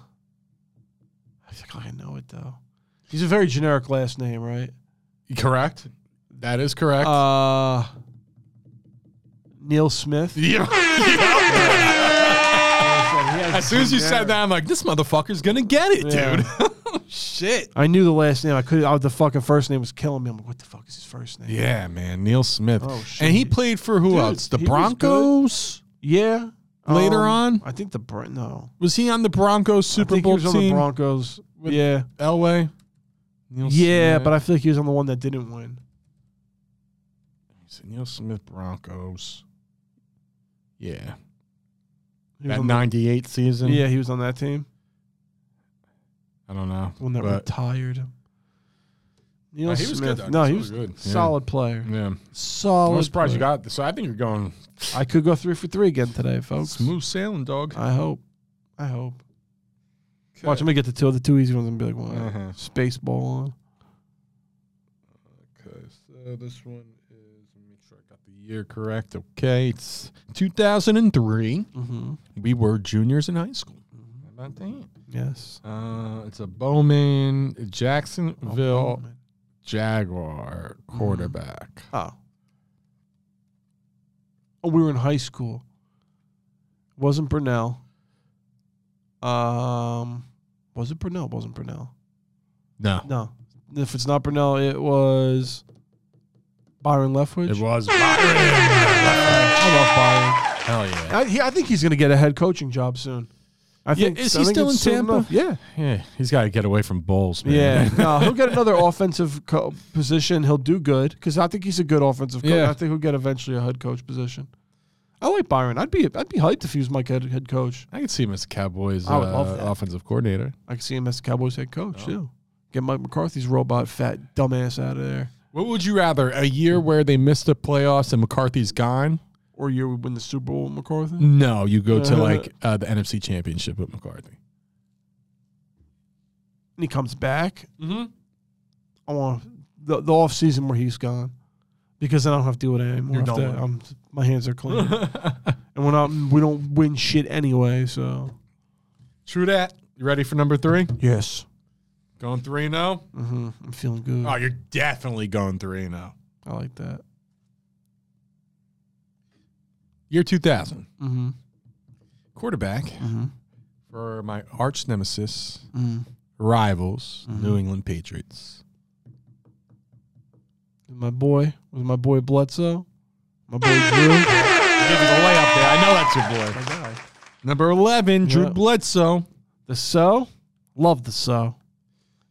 Speaker 8: think I know it, though. He's a very generic last name, right?
Speaker 7: Correct. That is correct.
Speaker 8: Uh, Neil Smith.
Speaker 7: as soon as you said that, I'm like, this motherfucker's gonna get it,
Speaker 8: Yeah.
Speaker 7: dude. Shit.
Speaker 8: I knew the last name. I could. I, the fucking first name was killing me. I'm like, what the fuck is his first name?
Speaker 7: Yeah, man. Neil Smith.
Speaker 8: Oh, shit.
Speaker 7: And he played for who
Speaker 8: Dude,
Speaker 7: else? The
Speaker 8: he was
Speaker 7: Broncos.
Speaker 8: Yeah.
Speaker 7: Later on?
Speaker 8: Um, I think the Bron- no
Speaker 7: Was he on the Broncos
Speaker 8: I
Speaker 7: Super
Speaker 8: think
Speaker 7: Bowl
Speaker 8: he was on the
Speaker 7: team?
Speaker 8: Broncos.
Speaker 7: with-
Speaker 8: yeah,
Speaker 7: Elway. Neil
Speaker 8: yeah,
Speaker 7: Smith.
Speaker 8: but I feel like he was on the one that didn't win.
Speaker 7: He's a Neil Smith Broncos. Yeah.
Speaker 8: He was
Speaker 7: That
Speaker 8: on the-
Speaker 7: 98 season.
Speaker 8: yeah, he was on that team.
Speaker 7: I don't know.
Speaker 8: The one that
Speaker 7: but-
Speaker 8: retired him. Neil
Speaker 7: No, he
Speaker 8: Smith.
Speaker 7: was good, though.
Speaker 8: no, he
Speaker 7: He
Speaker 8: was
Speaker 7: was really good. Yeah.
Speaker 8: solid player.
Speaker 7: Yeah.
Speaker 8: Solid.
Speaker 7: I'm surprised you
Speaker 8: player.
Speaker 7: got this. So I think you're going
Speaker 8: I could go three for three again today, folks.
Speaker 7: smooth sailing, dog.
Speaker 8: I hope. I hope. Uh, Watch, I'm gonna get the two the two easy ones and be like, "Wow,
Speaker 7: Uh-huh.
Speaker 8: space ball on."
Speaker 7: Okay, so uh, this one is, let me make sure I got the year correct. Okay, it's 2003.
Speaker 8: Mm-hmm.
Speaker 7: We were juniors in high school. How about that?
Speaker 8: Yes.
Speaker 7: Uh, it's a Bowman Jacksonville
Speaker 8: Bowman. Mm-hmm.
Speaker 7: Jaguar quarterback.
Speaker 8: Oh. Oh, we were in high school. Wasn't Brunel. Um, was it Brunel? Wasn't Brunel?
Speaker 7: No,
Speaker 8: No. If it's not Brunel, it was Byron Leftwich.
Speaker 7: it was. Byron.
Speaker 8: I love Byron.
Speaker 7: Hell yeah.
Speaker 8: I, he, I think he's going to get a head coaching job soon. I
Speaker 7: Yeah,
Speaker 8: think.
Speaker 7: is
Speaker 8: I
Speaker 7: he
Speaker 8: think
Speaker 7: still
Speaker 8: it's
Speaker 7: in
Speaker 8: soon
Speaker 7: Tampa?
Speaker 8: enough. Yeah.
Speaker 7: Yeah, he's got to get away from Bulls, man.
Speaker 8: Yeah, no, he'll get another offensive co- position. He'll do good because I think he's a good offensive coach.
Speaker 7: Yeah.
Speaker 8: I think he'll get eventually a head coach position. I like Byron. I'd be I'd be hyped if he was my head, head coach.
Speaker 7: I can see him as Cowboys
Speaker 8: I would love
Speaker 7: uh,
Speaker 8: that.
Speaker 7: offensive coordinator.
Speaker 8: I could see him as the Cowboys head coach
Speaker 7: Oh.
Speaker 8: too. Get Mike McCarthy's robot fat dumbass out of there,
Speaker 7: What would you rather? A year where they missed the playoffs and McCarthy's gone?
Speaker 8: or you would win the Super Bowl with McCarthy.
Speaker 7: No, you go to like uh, the NFC Championship with McCarthy.
Speaker 8: And he comes back. Mm-hmm. I want the the off season where he's gone because I don't have to do it anymore.
Speaker 7: You're
Speaker 8: After-
Speaker 7: done with it.
Speaker 8: I'm, my hands are clean, and we're not we don't win shit anyway. So
Speaker 7: True that. You ready for number three?
Speaker 8: yes,
Speaker 7: Going three and zero.
Speaker 8: hmm I'm feeling good.
Speaker 7: you're definitely going three and oh. zero.
Speaker 8: I like that.
Speaker 7: Year two thousand.
Speaker 8: Mm-hmm.
Speaker 7: Quarterback
Speaker 8: Mhm.
Speaker 7: for my arch nemesis
Speaker 8: Mm.
Speaker 7: rivals, New England Patriots.
Speaker 8: My boy was my boy Bledsoe. My boy Drew.
Speaker 7: I know that's your boy. Number eleven, Drew
Speaker 8: Yeah.
Speaker 7: Bledsoe.
Speaker 8: The so, love the so.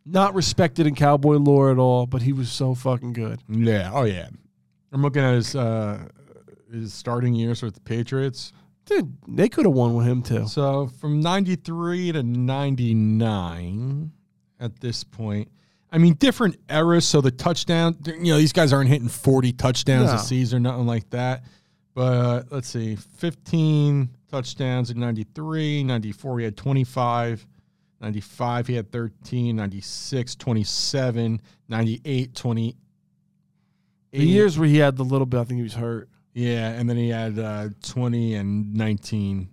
Speaker 8: Not respected in cowboy lore at all, but he was so fucking good.
Speaker 7: Yeah. Oh yeah. I'm looking at his uh, his starting years with the Patriots.
Speaker 8: Dude, they could have won with him too.
Speaker 7: So from 93 to 99 at this point. I mean, different eras. So the touchdown, you know, these guys aren't hitting 40 touchdowns
Speaker 8: No.
Speaker 7: a season or nothing like that. But uh, let's see, 15 touchdowns in 93, 94, he had 25. 95 he had 13 96 27 98 28
Speaker 8: The years where he had the little bit, I think he was hurt.
Speaker 7: yeah, and then he had uh, 20 and 19.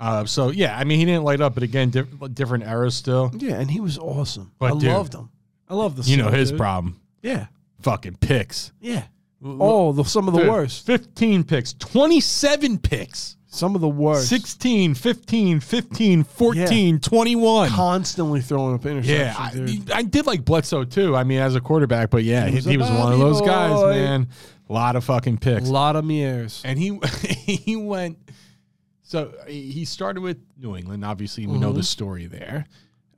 Speaker 7: Uh, so yeah, I mean he didn't light up, but again, diff- different eras still.
Speaker 8: Yeah, and he was awesome.
Speaker 7: But
Speaker 8: I
Speaker 7: dude-
Speaker 8: loved him. I love the.
Speaker 7: You know
Speaker 8: So,
Speaker 7: his
Speaker 8: dude.
Speaker 7: problem,
Speaker 8: Yeah,
Speaker 7: fucking picks.
Speaker 8: yeah. Oh, the, some of the
Speaker 7: Dude,
Speaker 8: worst.
Speaker 7: 15 picks, 27 picks,
Speaker 8: Some of the worst.
Speaker 7: 16, 15, 15, 14, 21.
Speaker 8: Constantly throwing up interceptions.
Speaker 7: Yeah, I,
Speaker 8: dude.
Speaker 7: I did like Bledsoe too. I mean, as a quarterback, but yeah, he,
Speaker 8: was
Speaker 7: he
Speaker 8: a
Speaker 7: was one of those
Speaker 8: body
Speaker 7: guys,
Speaker 8: boy.
Speaker 7: man. A lot of fucking
Speaker 8: A
Speaker 7: picks.
Speaker 8: lot of mirrors.
Speaker 7: and he he went. So he he started with New England. Obviously, we
Speaker 8: Mm-hmm.
Speaker 7: know the story there.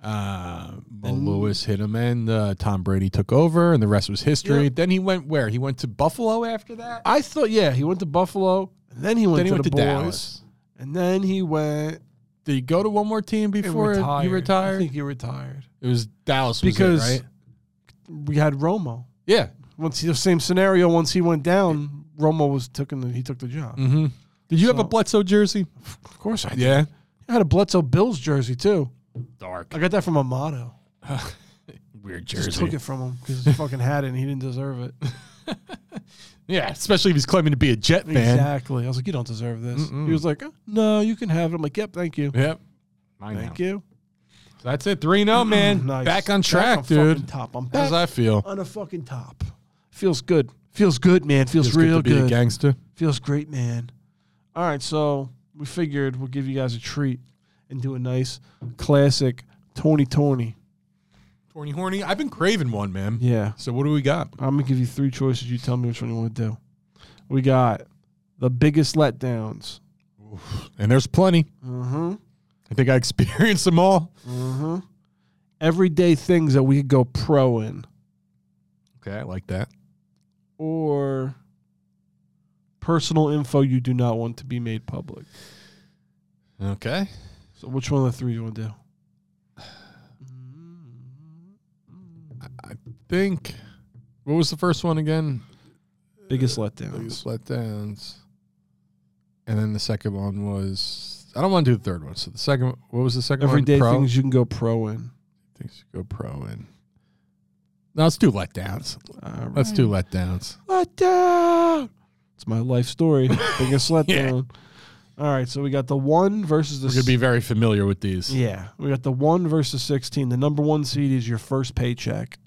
Speaker 7: Uh, Mo Lewis hit him, and uh, Tom Brady took over, and the rest was history. Then he went where? He went to Buffalo after that.
Speaker 8: I thought, yeah, he went to Buffalo, and then he went
Speaker 7: then he
Speaker 8: to
Speaker 7: went
Speaker 8: the
Speaker 7: to
Speaker 8: boys,
Speaker 7: Dallas.
Speaker 8: and then he went
Speaker 7: Did he go to one more team
Speaker 8: and
Speaker 7: before
Speaker 8: retired.
Speaker 7: he retired?
Speaker 8: I think he retired
Speaker 7: it was Dallas, was it,
Speaker 8: because
Speaker 7: right?
Speaker 8: we had Romo.
Speaker 7: yeah,
Speaker 8: once he, the same scenario. Once he went down, Romo was taking the, he took the job.
Speaker 7: Mm-hmm. Did you have a
Speaker 8: So-
Speaker 7: Bledsoe jersey?
Speaker 8: Of course, I did.
Speaker 7: Yeah.
Speaker 8: I had a Bledsoe Bills jersey too.
Speaker 1: Dark.
Speaker 8: I got that from Amato.
Speaker 7: Weird
Speaker 8: Just took it from him because he fucking had it and he didn't deserve it.
Speaker 7: Yeah, especially if he's claiming to be a Jet fan.
Speaker 8: Exactly. I was like, you don't deserve this. He was like, uh, no, you can have it. I'm like, yep, thank you.
Speaker 7: Yep.
Speaker 8: Thank you.
Speaker 7: That's it. 3 0, man.
Speaker 8: Mm, Nice.
Speaker 7: Back on track,
Speaker 8: on fucking
Speaker 7: dude.
Speaker 8: Top. I'm
Speaker 7: How
Speaker 8: back
Speaker 7: does that feel?
Speaker 8: on a fucking top. Feels good. Feels good, man. Feels,
Speaker 7: Feels
Speaker 8: real
Speaker 7: to be
Speaker 8: good.
Speaker 7: a gangster.
Speaker 8: Feels great, man. All right, so we figured we'll give you guys a treat and do a nice classic Tony Tony.
Speaker 7: Horny, horny. I've been craving one, man.
Speaker 8: Yeah.
Speaker 7: So what do we got?
Speaker 8: I'm gonna give you three choices. You tell me which one you want to do. We got the biggest letdowns.
Speaker 7: And there's plenty.
Speaker 8: Mm-hmm.
Speaker 7: I think I experienced them all.
Speaker 8: Mm-hmm. Everyday things that we could go pro in,
Speaker 7: Okay, I like that.
Speaker 8: or personal info you do not want to be made public.
Speaker 7: Okay.
Speaker 8: So, which one of the three do you want to do?
Speaker 7: I think. What was the first one again?
Speaker 8: Biggest letdowns.
Speaker 7: Letdowns. And then the second one was. I don't want to do the third one. So the second, what was the second
Speaker 8: Everyday
Speaker 7: one? Pro?
Speaker 8: things you can go pro in.
Speaker 7: Things you go pro in. No, let's do letdowns.
Speaker 8: All
Speaker 7: Let's
Speaker 8: right.
Speaker 7: do letdowns.
Speaker 8: letdown. It's my life story. Biggest letdown. All right, so we got the one versus the.
Speaker 7: We're gonna be very familiar with these.
Speaker 8: s- yeah, we got the one versus sixteen. The number one seed is your first paycheck.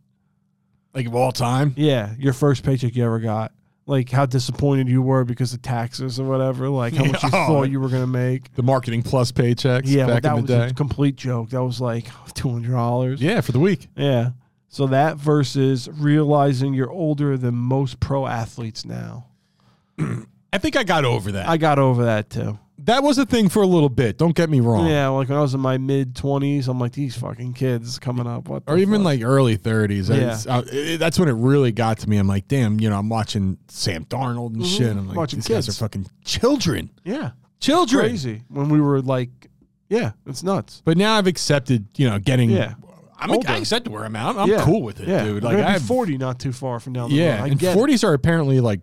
Speaker 7: Like of all time.
Speaker 8: Yeah, your first paycheck you ever got. Like how disappointed you were because of taxes or whatever. Like how much you
Speaker 7: Yeah.
Speaker 8: thought you were gonna make.
Speaker 7: The marketing plus paychecks
Speaker 8: Yeah, but
Speaker 7: Oh. back
Speaker 8: that
Speaker 7: in
Speaker 8: was
Speaker 7: the day.
Speaker 8: a complete joke. That was like two hundred dollars.
Speaker 7: yeah, for the week.
Speaker 8: Yeah. So that versus realizing you're older than most pro athletes now.
Speaker 7: I think I got over that.
Speaker 8: I got over that too.
Speaker 7: that was a thing for a little bit. Don't get me wrong.
Speaker 8: Yeah, like when I was in my mid twenties, I'm like these fucking kids coming up. What?
Speaker 7: Or even like early 30s.
Speaker 8: Yeah.
Speaker 7: That's- uh, it- that's when it really got to me. I'm like, damn, you know, I'm watching Sam Darnold and shit. I'm like,
Speaker 8: Mm-hmm. Watching
Speaker 7: these guys
Speaker 8: kids.
Speaker 7: are fucking children.
Speaker 8: yeah,
Speaker 7: Children.
Speaker 8: crazy. When we were like, yeah, it's nuts.
Speaker 7: But now I've accepted, you know, getting.
Speaker 8: Yeah.
Speaker 7: I'm,
Speaker 8: Older.
Speaker 7: I accept where I'm at. I'm
Speaker 8: yeah.
Speaker 7: cool with it,
Speaker 8: yeah.
Speaker 7: dude.
Speaker 8: I'm
Speaker 7: Like,
Speaker 8: gonna be
Speaker 7: I'm
Speaker 8: 40, not too far from down the road.
Speaker 7: Yeah.
Speaker 8: I
Speaker 7: and
Speaker 8: get it.
Speaker 7: 40s are apparently like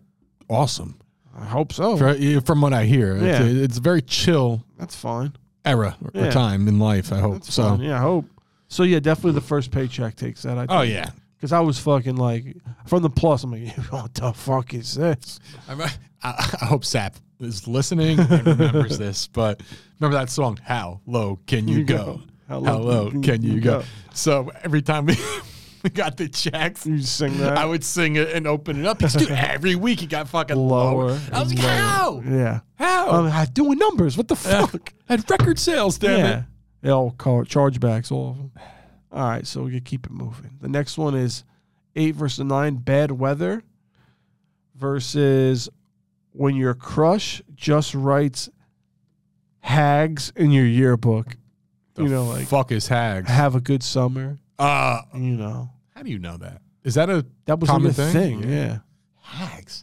Speaker 7: awesome
Speaker 8: I hope so.
Speaker 7: for- uh, from what I hear. It's,
Speaker 8: Yeah.
Speaker 7: a, it's a very chill
Speaker 8: That's fine.
Speaker 7: era or
Speaker 8: Yeah.
Speaker 7: time in life, I hope.
Speaker 8: That's
Speaker 7: so.
Speaker 8: fine. Yeah, I hope. So yeah, definitely the first paycheck takes that. I
Speaker 7: Oh, yeah.
Speaker 8: because I was fucking like from the plus. I'm like, what the fuck is this?
Speaker 7: I'm- I, I hope Sap is listening and remembers this, but remember that song, How Low Can You,
Speaker 8: You
Speaker 7: go?
Speaker 8: go.
Speaker 7: How Low, Can You Go? So every time we, we got the checks,
Speaker 8: You sing that?
Speaker 7: I would sing it and open it up. Because, dude, every week he got fucking lower.
Speaker 8: Lower
Speaker 7: I was like, How?
Speaker 8: yeah. Um,
Speaker 7: How?
Speaker 8: I'm like, doing numbers. What the fuck?
Speaker 7: At record sales, damn
Speaker 8: yeah.
Speaker 7: it.
Speaker 8: They all call it chargebacks, all of them. All right, so we can keep it moving. The next one is eight versus nine, bad weather versus when your crush just writes hags in your yearbook.
Speaker 7: The
Speaker 8: you know, like
Speaker 7: fuck is Hags?
Speaker 8: have a good summer.
Speaker 7: uh,
Speaker 8: You know.
Speaker 7: how do you know that? Is that a
Speaker 8: That was
Speaker 7: common
Speaker 8: a thing.
Speaker 7: thing?
Speaker 8: yeah.
Speaker 7: Hags?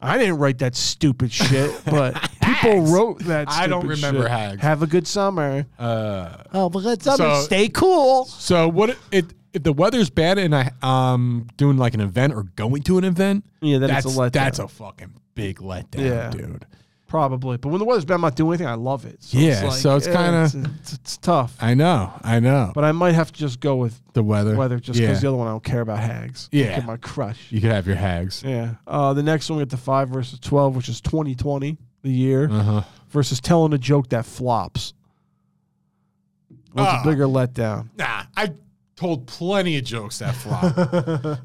Speaker 8: I didn't write that stupid shit, but people
Speaker 7: Hags.
Speaker 8: wrote that
Speaker 7: I don't
Speaker 8: stupid
Speaker 7: remember
Speaker 8: shit.
Speaker 7: hags.
Speaker 8: Have a good summer.
Speaker 7: Uh,
Speaker 8: Oh, but good
Speaker 7: summer. So-
Speaker 8: Stay cool.
Speaker 7: So what it, it if the weather's bad and I um doing like an event or going to an event,
Speaker 8: Yeah, then
Speaker 7: that's
Speaker 8: it's a letdown.
Speaker 7: that's a fucking big letdown,
Speaker 8: Yeah.
Speaker 7: dude.
Speaker 8: Probably, but when the weather's bad, I'm not doing anything. I love it. So
Speaker 7: Yeah, so it's
Speaker 8: eh,
Speaker 7: kinda-
Speaker 8: it's, it's, it's tough.
Speaker 7: I know, I know.
Speaker 8: But I might have to just go with
Speaker 7: the weather,
Speaker 8: weather, just
Speaker 7: yeah.
Speaker 8: because the other one I don't care about hags.
Speaker 7: Yeah.
Speaker 8: Look at my crush.
Speaker 7: you could have your hags.
Speaker 8: Yeah. Uh, the next one we get the five versus twelve, which is 2020 the year
Speaker 7: Uh huh.
Speaker 8: versus telling a joke that flops. What's
Speaker 7: Ah.
Speaker 8: a bigger letdown?
Speaker 7: Nah, I told plenty of jokes that flop.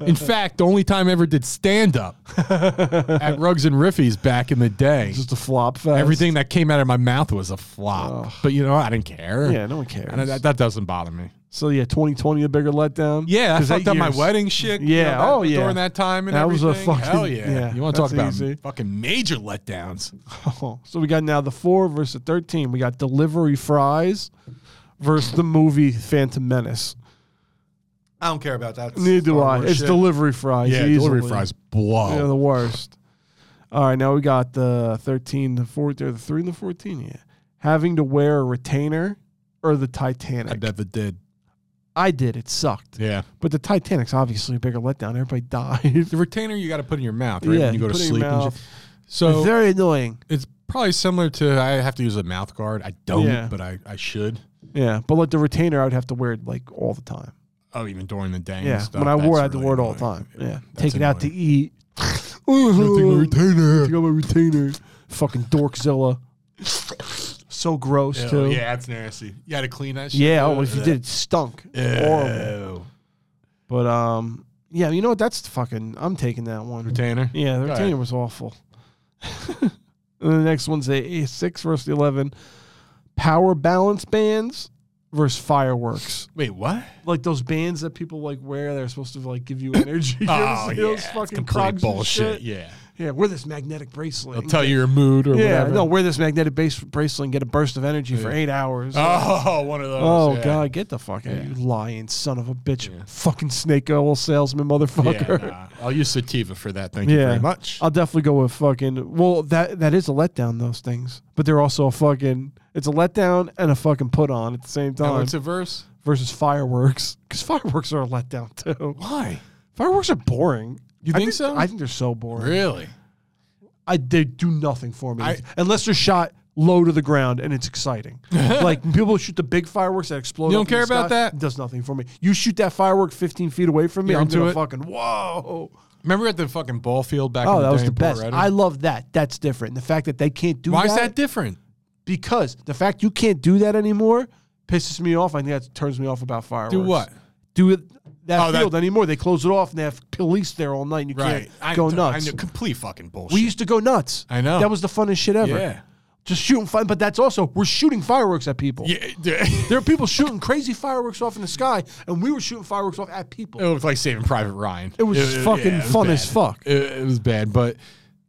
Speaker 7: in fact, the only time I ever did stand up at Rugs and Riffies back in the day.
Speaker 8: Just a flop fest.
Speaker 7: Everything that came out of my mouth was a flop,
Speaker 8: Ugh.
Speaker 7: but you know I didn't care.
Speaker 8: Yeah, no one cares.
Speaker 7: And that, that doesn't bother me.
Speaker 8: so yeah, 2020 the bigger letdown.
Speaker 7: Yeah, I
Speaker 8: 'Cause that
Speaker 7: fucked up my
Speaker 8: year's-
Speaker 7: wedding shit.
Speaker 8: Yeah,
Speaker 7: that-
Speaker 8: oh, yeah.
Speaker 7: During that time and
Speaker 8: That was a
Speaker 7: everything.
Speaker 8: fucking-
Speaker 7: hell yeah.
Speaker 8: yeah,
Speaker 7: you want to talk
Speaker 8: that's
Speaker 7: about
Speaker 8: easy.
Speaker 7: fucking major letdowns?
Speaker 8: So we got now the four versus thirteen. We got delivery fries versus the movie Phantom Menace.
Speaker 7: I don't care about that.
Speaker 8: Neither do I. It's delivery fries.
Speaker 7: Yeah,
Speaker 8: easily.
Speaker 7: delivery fries blow.
Speaker 8: They're the worst. All right, now we got the thirteen, the fourteen, the three, and the fourteen. Yeah, having to wear a retainer or the
Speaker 7: I
Speaker 8: Titanic.
Speaker 7: never did.
Speaker 8: I did. It sucked.
Speaker 7: Yeah.
Speaker 8: But the Titanic's obviously a bigger letdown. Everybody died.
Speaker 7: The retainer you got to put in your mouth, right?
Speaker 8: Yeah,
Speaker 7: when you go to
Speaker 8: put it in
Speaker 7: sleep.
Speaker 8: your
Speaker 7: and
Speaker 8: mouth.
Speaker 7: shit. so
Speaker 8: Very annoying.
Speaker 7: it's probably similar to I have to use a mouth guard. I don't,
Speaker 8: Yeah.
Speaker 7: but I, I should.
Speaker 8: Yeah, but like the retainer, I would have to wear it like all the time.
Speaker 7: Oh, even during the day. and
Speaker 8: Yeah,
Speaker 7: stuff,
Speaker 8: when I
Speaker 7: that's
Speaker 8: wore it, I had to
Speaker 7: really
Speaker 8: wear it all the
Speaker 7: annoying.
Speaker 8: time. Yeah,
Speaker 7: That's
Speaker 8: take it out to
Speaker 7: annoying.
Speaker 8: eat.
Speaker 7: Nothing
Speaker 8: Take
Speaker 7: to retainer.
Speaker 8: out my retainer. Fucking dorkzilla. So gross
Speaker 7: Ew,
Speaker 8: too.
Speaker 7: Yeah, that's nasty. You got to clean that shit.
Speaker 8: Yeah,
Speaker 7: too?
Speaker 8: oh, if you did, it stunk. Horrible.
Speaker 7: Ew.
Speaker 8: But um, yeah, you know what? That's fucking. I'm taking that one.
Speaker 7: Retainer.
Speaker 8: Yeah, the
Speaker 7: Go
Speaker 8: retainer
Speaker 7: ahead.
Speaker 8: was awful. and the next one's a a six versus eleven. Power balance bands versus fireworks.
Speaker 7: Wait, what?
Speaker 8: Like those bands that people like wear, they're supposed to like give you energy. You ever see those
Speaker 7: Oh, it's
Speaker 8: fucking
Speaker 7: complete
Speaker 8: clogs and
Speaker 7: bullshit.
Speaker 8: shit?
Speaker 7: Yeah,
Speaker 8: Yeah, wear this magnetic bracelet.
Speaker 7: they'll
Speaker 8: and
Speaker 7: tell
Speaker 8: get-
Speaker 7: you your mood or
Speaker 8: Yeah,
Speaker 7: whatever.
Speaker 8: no, wear this magnetic base bracelet and get a burst of energy for
Speaker 7: Yeah.
Speaker 8: eight hours.
Speaker 7: Oh, one of those.
Speaker 8: Oh
Speaker 7: yeah.
Speaker 8: God, get the fuck out!
Speaker 7: Yeah.
Speaker 8: You lying son of a bitch, fucking snake oil salesman, motherfucker.
Speaker 7: Yeah, nah. I'll use sativa for that. Thank you
Speaker 8: Yeah.
Speaker 7: very much.
Speaker 8: I'll definitely go with fucking. Well, that that is a letdown. Those things, but they're also a fucking. It's a letdown and a fucking put on at the same
Speaker 7: Now,
Speaker 8: time
Speaker 7: what's a verse?
Speaker 8: versus fireworks because fireworks are a letdown too.
Speaker 7: Why?
Speaker 8: Fireworks are boring. You
Speaker 7: think so?
Speaker 8: I think they're so boring.
Speaker 7: Really?
Speaker 8: I they do nothing for me
Speaker 7: I-
Speaker 8: unless they're shot low to the ground and it's exciting. like people shoot the big fireworks that explode.
Speaker 7: You
Speaker 8: up
Speaker 7: don't
Speaker 8: in the
Speaker 7: care about
Speaker 8: sky,
Speaker 7: that?
Speaker 8: it Does nothing for me. You shoot that firework 15 feet away from me.
Speaker 7: You're
Speaker 8: I'm
Speaker 7: into
Speaker 8: gonna
Speaker 7: it?
Speaker 8: fucking whoa.
Speaker 7: Remember at the fucking ball field back? in
Speaker 8: Oh,
Speaker 7: the
Speaker 8: that
Speaker 7: day
Speaker 8: was the
Speaker 7: in Port
Speaker 8: best.
Speaker 7: Redding?
Speaker 8: I love that. That's different. And The fact that they can't do
Speaker 7: Why
Speaker 8: that,
Speaker 7: is that different?
Speaker 8: because the fact you can't do that anymore pisses me off. I think that turns me off about fireworks.
Speaker 7: Do what?
Speaker 8: Do it that
Speaker 7: Oh, that-
Speaker 8: field anymore. They close it off and they have police there all night and you
Speaker 7: Right.
Speaker 8: can't go
Speaker 7: I,
Speaker 8: nuts.
Speaker 7: I know, complete fucking bullshit.
Speaker 8: we used to go nuts.
Speaker 7: I know.
Speaker 8: That was the funnest shit ever
Speaker 7: Yeah.
Speaker 8: just shooting fire. But that's also we're shooting fireworks at people.
Speaker 7: Yeah. it-
Speaker 8: There are people shooting crazy fireworks off in the sky, and we were shooting fireworks off at people.
Speaker 7: It was like Saving Private Ryan.
Speaker 8: It was fucking
Speaker 7: it was
Speaker 8: fun
Speaker 7: bad.
Speaker 8: as fuck.
Speaker 7: It, it was bad, but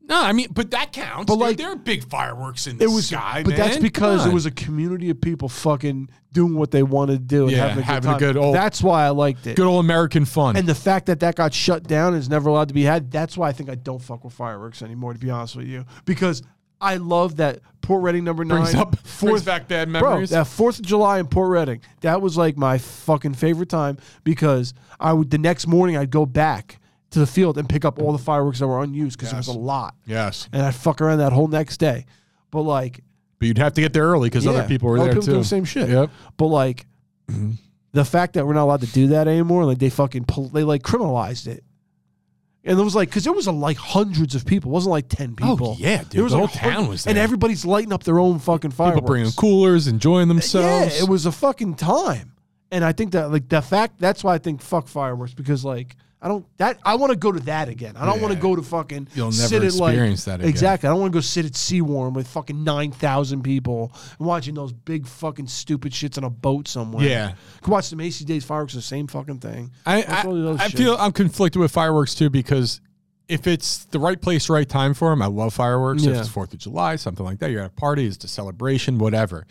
Speaker 7: no, I mean, but that counts. But
Speaker 8: like-
Speaker 7: like, there are big fireworks in the
Speaker 8: It was,
Speaker 7: sky,
Speaker 8: but that's
Speaker 7: man.
Speaker 8: because
Speaker 7: Come
Speaker 8: it
Speaker 7: on.
Speaker 8: was a community of people fucking doing what they wanted to do and
Speaker 7: Yeah,
Speaker 8: having, a good,
Speaker 7: having a
Speaker 8: time.
Speaker 7: good old-
Speaker 8: That's why I liked it.
Speaker 7: good old American fun.
Speaker 8: and the fact that that got shut down and is never allowed to be had. That's why I think I don't fuck with fireworks anymore. To be honest with you, because I love that Port Reading number nine
Speaker 7: brings up brings back bad memories.
Speaker 8: Bro, that Fourth of July in Port Reading, that was like my fucking favorite time because I would the next morning I'd go back to the field and pick up all the fireworks that were unused because there was a lot,
Speaker 7: yes,
Speaker 8: and I'd fuck around that whole next day. But like,
Speaker 7: but you'd have to get there early because
Speaker 8: yeah,
Speaker 7: other people were
Speaker 8: other
Speaker 7: there
Speaker 8: people
Speaker 7: too.
Speaker 8: doing the same shit.
Speaker 7: Yep.
Speaker 8: But like,
Speaker 7: Mm-hmm.
Speaker 8: the fact that we're not allowed to do that anymore, like they fucking pol- they like criminalized it. And it was like, because there was a, like hundreds of people. It wasn't like ten people.
Speaker 7: Oh, yeah, dude.
Speaker 8: There was
Speaker 7: The
Speaker 8: like
Speaker 7: whole town
Speaker 8: hundred-
Speaker 7: was
Speaker 8: and
Speaker 7: there.
Speaker 8: everybody's lighting up their own fucking fireworks.
Speaker 7: People bringing coolers, enjoying themselves.
Speaker 8: Uh, Yeah, it was a fucking time. And I think that like the fact that's why I think fuck fireworks because like I don't that I want to go to that again. I don't want to
Speaker 7: Yeah.
Speaker 8: go to fucking
Speaker 7: You'll never
Speaker 8: sit at, like-
Speaker 7: experience that again.
Speaker 8: Exactly. I don't want to go sit at Sea Warm with fucking 9,000 people and watching those big fucking stupid shits on a boat somewhere.
Speaker 7: Yeah.
Speaker 8: Could watch the Macy Days fireworks the same fucking thing.
Speaker 7: I,
Speaker 8: Watch all
Speaker 7: I,
Speaker 8: those
Speaker 7: I
Speaker 8: shits.
Speaker 7: feel I'm conflicted with fireworks too because if it's the right place, right time for them, I love fireworks. If
Speaker 8: Yeah.
Speaker 7: it's Fourth of July, something like that, you're at a party, it's a celebration, whatever.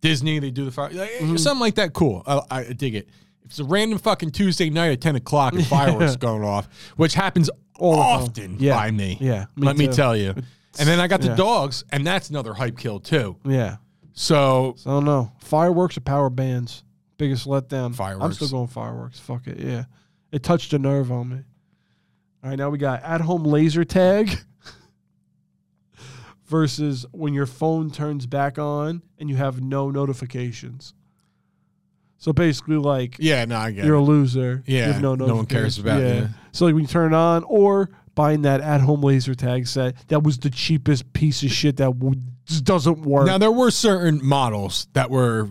Speaker 7: Disney, they do the fire, like,
Speaker 8: Mm-hmm.
Speaker 7: something like that. Cool, I, I dig it. If it's a random fucking Tuesday night at ten o'clock and fireworks going off, which happens often
Speaker 8: Yeah.
Speaker 7: by me,
Speaker 8: Yeah, me
Speaker 7: let me
Speaker 8: too.
Speaker 7: tell you. And then I got the
Speaker 8: yeah.
Speaker 7: dogs, and that's another hype kill too.
Speaker 8: Yeah.
Speaker 7: So
Speaker 8: So I don't know. Fireworks or power bands? Biggest letdown. I'm
Speaker 7: Fireworks.
Speaker 8: still going fireworks. Fuck it. Yeah. It touched a nerve on me. All right, now we got at home laser tag versus when your phone turns back on and you have no notifications. So basically, like
Speaker 7: yeah, no, I get
Speaker 8: you're a
Speaker 7: it.
Speaker 8: loser. You
Speaker 7: Yeah,
Speaker 8: have no,
Speaker 7: no one
Speaker 8: notifications.
Speaker 7: cares about it, yeah.
Speaker 8: So like when you turn it on or buying that at home laser tag set that was the cheapest piece of shit that w- just doesn't work.
Speaker 7: Now there were certain models that were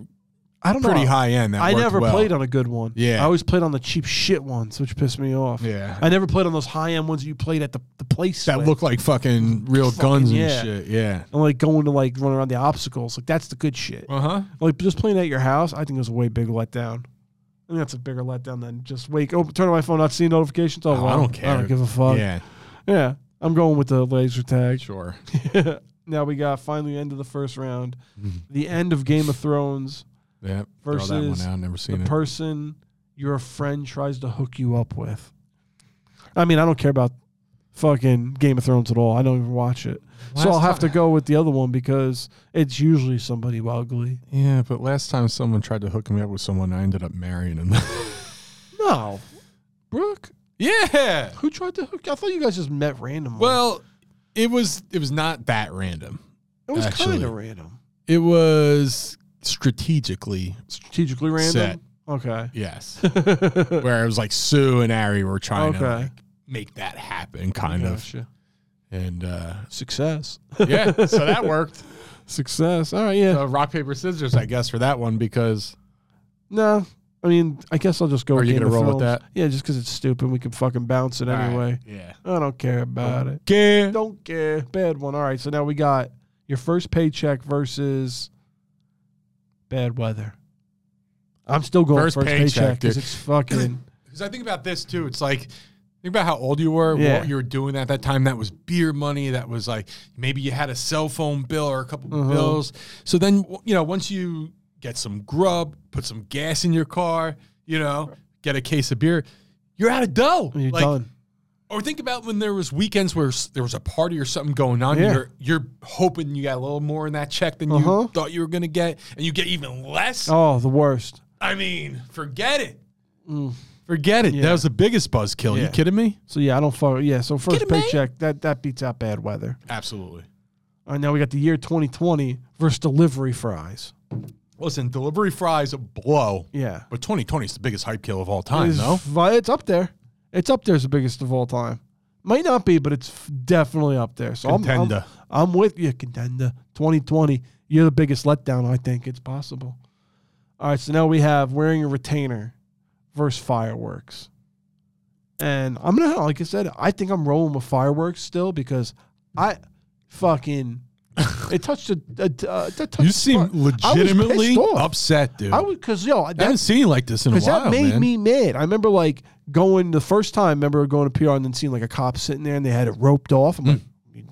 Speaker 8: I don't
Speaker 7: pretty
Speaker 8: know.
Speaker 7: high end. That
Speaker 8: I
Speaker 7: worked
Speaker 8: never
Speaker 7: well.
Speaker 8: played on a good one.
Speaker 7: Yeah.
Speaker 8: I always played on the cheap shit ones, which pissed me off.
Speaker 7: Yeah.
Speaker 8: I never played on those high end ones you played at the, the place.
Speaker 7: that
Speaker 8: with.
Speaker 7: look like fucking real guns and
Speaker 8: yeah.
Speaker 7: shit. Yeah.
Speaker 8: and like going to like run around the obstacles. Like that's the good shit.
Speaker 7: Uh huh.
Speaker 8: Like just playing at your house, I think it was a way bigger letdown. I think that's a bigger letdown than just wake oh turn on my phone, not seeing notifications. Oh,
Speaker 7: I
Speaker 8: well,
Speaker 7: don't care.
Speaker 8: I don't give a fuck.
Speaker 7: Yeah.
Speaker 8: Yeah. I'm going with the laser tag.
Speaker 7: Sure.
Speaker 8: now we got finally end of the first round.
Speaker 7: Mm-hmm.
Speaker 8: the end of Game of Thrones
Speaker 7: Yeah.
Speaker 8: Versus
Speaker 7: Throw that one out. Never
Speaker 8: the
Speaker 7: seen it.
Speaker 8: person your friend tries to hook you up with. I mean, I don't care about fucking Game of Thrones at all. I don't even watch it. so I'll
Speaker 7: Last
Speaker 8: have to
Speaker 7: time-
Speaker 8: go with the other one because it's usually somebody ugly.
Speaker 7: Yeah, but last time someone tried to hook me up with someone, I ended up marrying him.
Speaker 8: No. Brooke,
Speaker 7: yeah.
Speaker 8: who tried to hook? I thought you guys just met randomly.
Speaker 7: Well, it was it was not that random.
Speaker 8: it was kind
Speaker 7: actually.
Speaker 8: of random.
Speaker 7: It was strategically
Speaker 8: Strategically random.
Speaker 7: Set.
Speaker 8: Okay.
Speaker 7: yes, where it was like Sue and Ari were trying to
Speaker 8: Okay.
Speaker 7: like make that happen, kind of,
Speaker 8: Gotcha.
Speaker 7: and uh,
Speaker 8: Success.
Speaker 7: yeah, so that worked.
Speaker 8: Success. All right. Yeah.
Speaker 7: So rock paper scissors, I guess, for that one because
Speaker 8: No. I mean, I guess I'll just go.
Speaker 7: Are
Speaker 8: with
Speaker 7: you
Speaker 8: Game of
Speaker 7: gonna roll with
Speaker 8: Thrones.
Speaker 7: that?
Speaker 8: Yeah, just because it's stupid, we can fucking bounce it anyway.
Speaker 7: yeah.
Speaker 8: I don't care about it.
Speaker 7: Okay.
Speaker 8: Don't care. Bad one. All right. So now we got your first paycheck versus bad weather. I'm still going
Speaker 7: First
Speaker 8: first,
Speaker 7: paycheck,
Speaker 8: paycheck because
Speaker 7: dude.
Speaker 8: it's fucking.
Speaker 7: Because I think about this too. It's like think about how old you were,
Speaker 8: Yeah.
Speaker 7: what you were doing at that time. That was beer money. That was like maybe you had a cell phone bill or a couple
Speaker 8: Mhm.
Speaker 7: bills. So then w- you know once you get some grub, put some gas in your car, you know, get a case of beer, you're out of dough.
Speaker 8: You're
Speaker 7: Like,
Speaker 8: done.
Speaker 7: Or think about when there was weekends where s- there was a party or something going on.
Speaker 8: Yeah.
Speaker 7: You're you're hoping you got a little more in that check than
Speaker 8: Uh-huh.
Speaker 7: you thought you were gonna get, and you get even less.
Speaker 8: Oh, the worst.
Speaker 7: I mean, forget it. Forget it.
Speaker 8: Mm. Yeah.
Speaker 7: That was the biggest buzzkill.
Speaker 8: Yeah.
Speaker 7: You kidding me?
Speaker 8: So yeah, I don't fuck. Yeah. So first
Speaker 7: it, man.
Speaker 8: paycheck that that beats out bad weather.
Speaker 7: Absolutely.
Speaker 8: All right. Now we got the year 2020 versus delivery fries.
Speaker 7: Listen, delivery fries blow.
Speaker 8: Yeah.
Speaker 7: But 2020 is the biggest hype kill of all time,
Speaker 8: It's
Speaker 7: though.
Speaker 8: vi- It's up there. It's up there as the biggest of all time. Might not be, but it's f- definitely up there. So I'm- I'm-
Speaker 7: Contender.
Speaker 8: I'm, with you, contender. 2020, you're the biggest letdown. I think it's possible. All right, so now we have wearing a retainer versus fireworks, and I'm gonna like I said, I think I'm rolling with fireworks still because I fucking it touched a, a, a that touched
Speaker 7: You
Speaker 8: the
Speaker 7: seem
Speaker 8: spot. I was pissed
Speaker 7: legitimately
Speaker 8: off.
Speaker 7: upset, dude.
Speaker 8: I
Speaker 7: I,
Speaker 8: was because yo that
Speaker 7: haven't seen you like this in a
Speaker 8: because
Speaker 7: while,
Speaker 8: that made
Speaker 7: man.
Speaker 8: me mad. I remember like going the first time. I remember going to PR and then seeing like a cop sitting there and they had it roped off. I'm like, you, you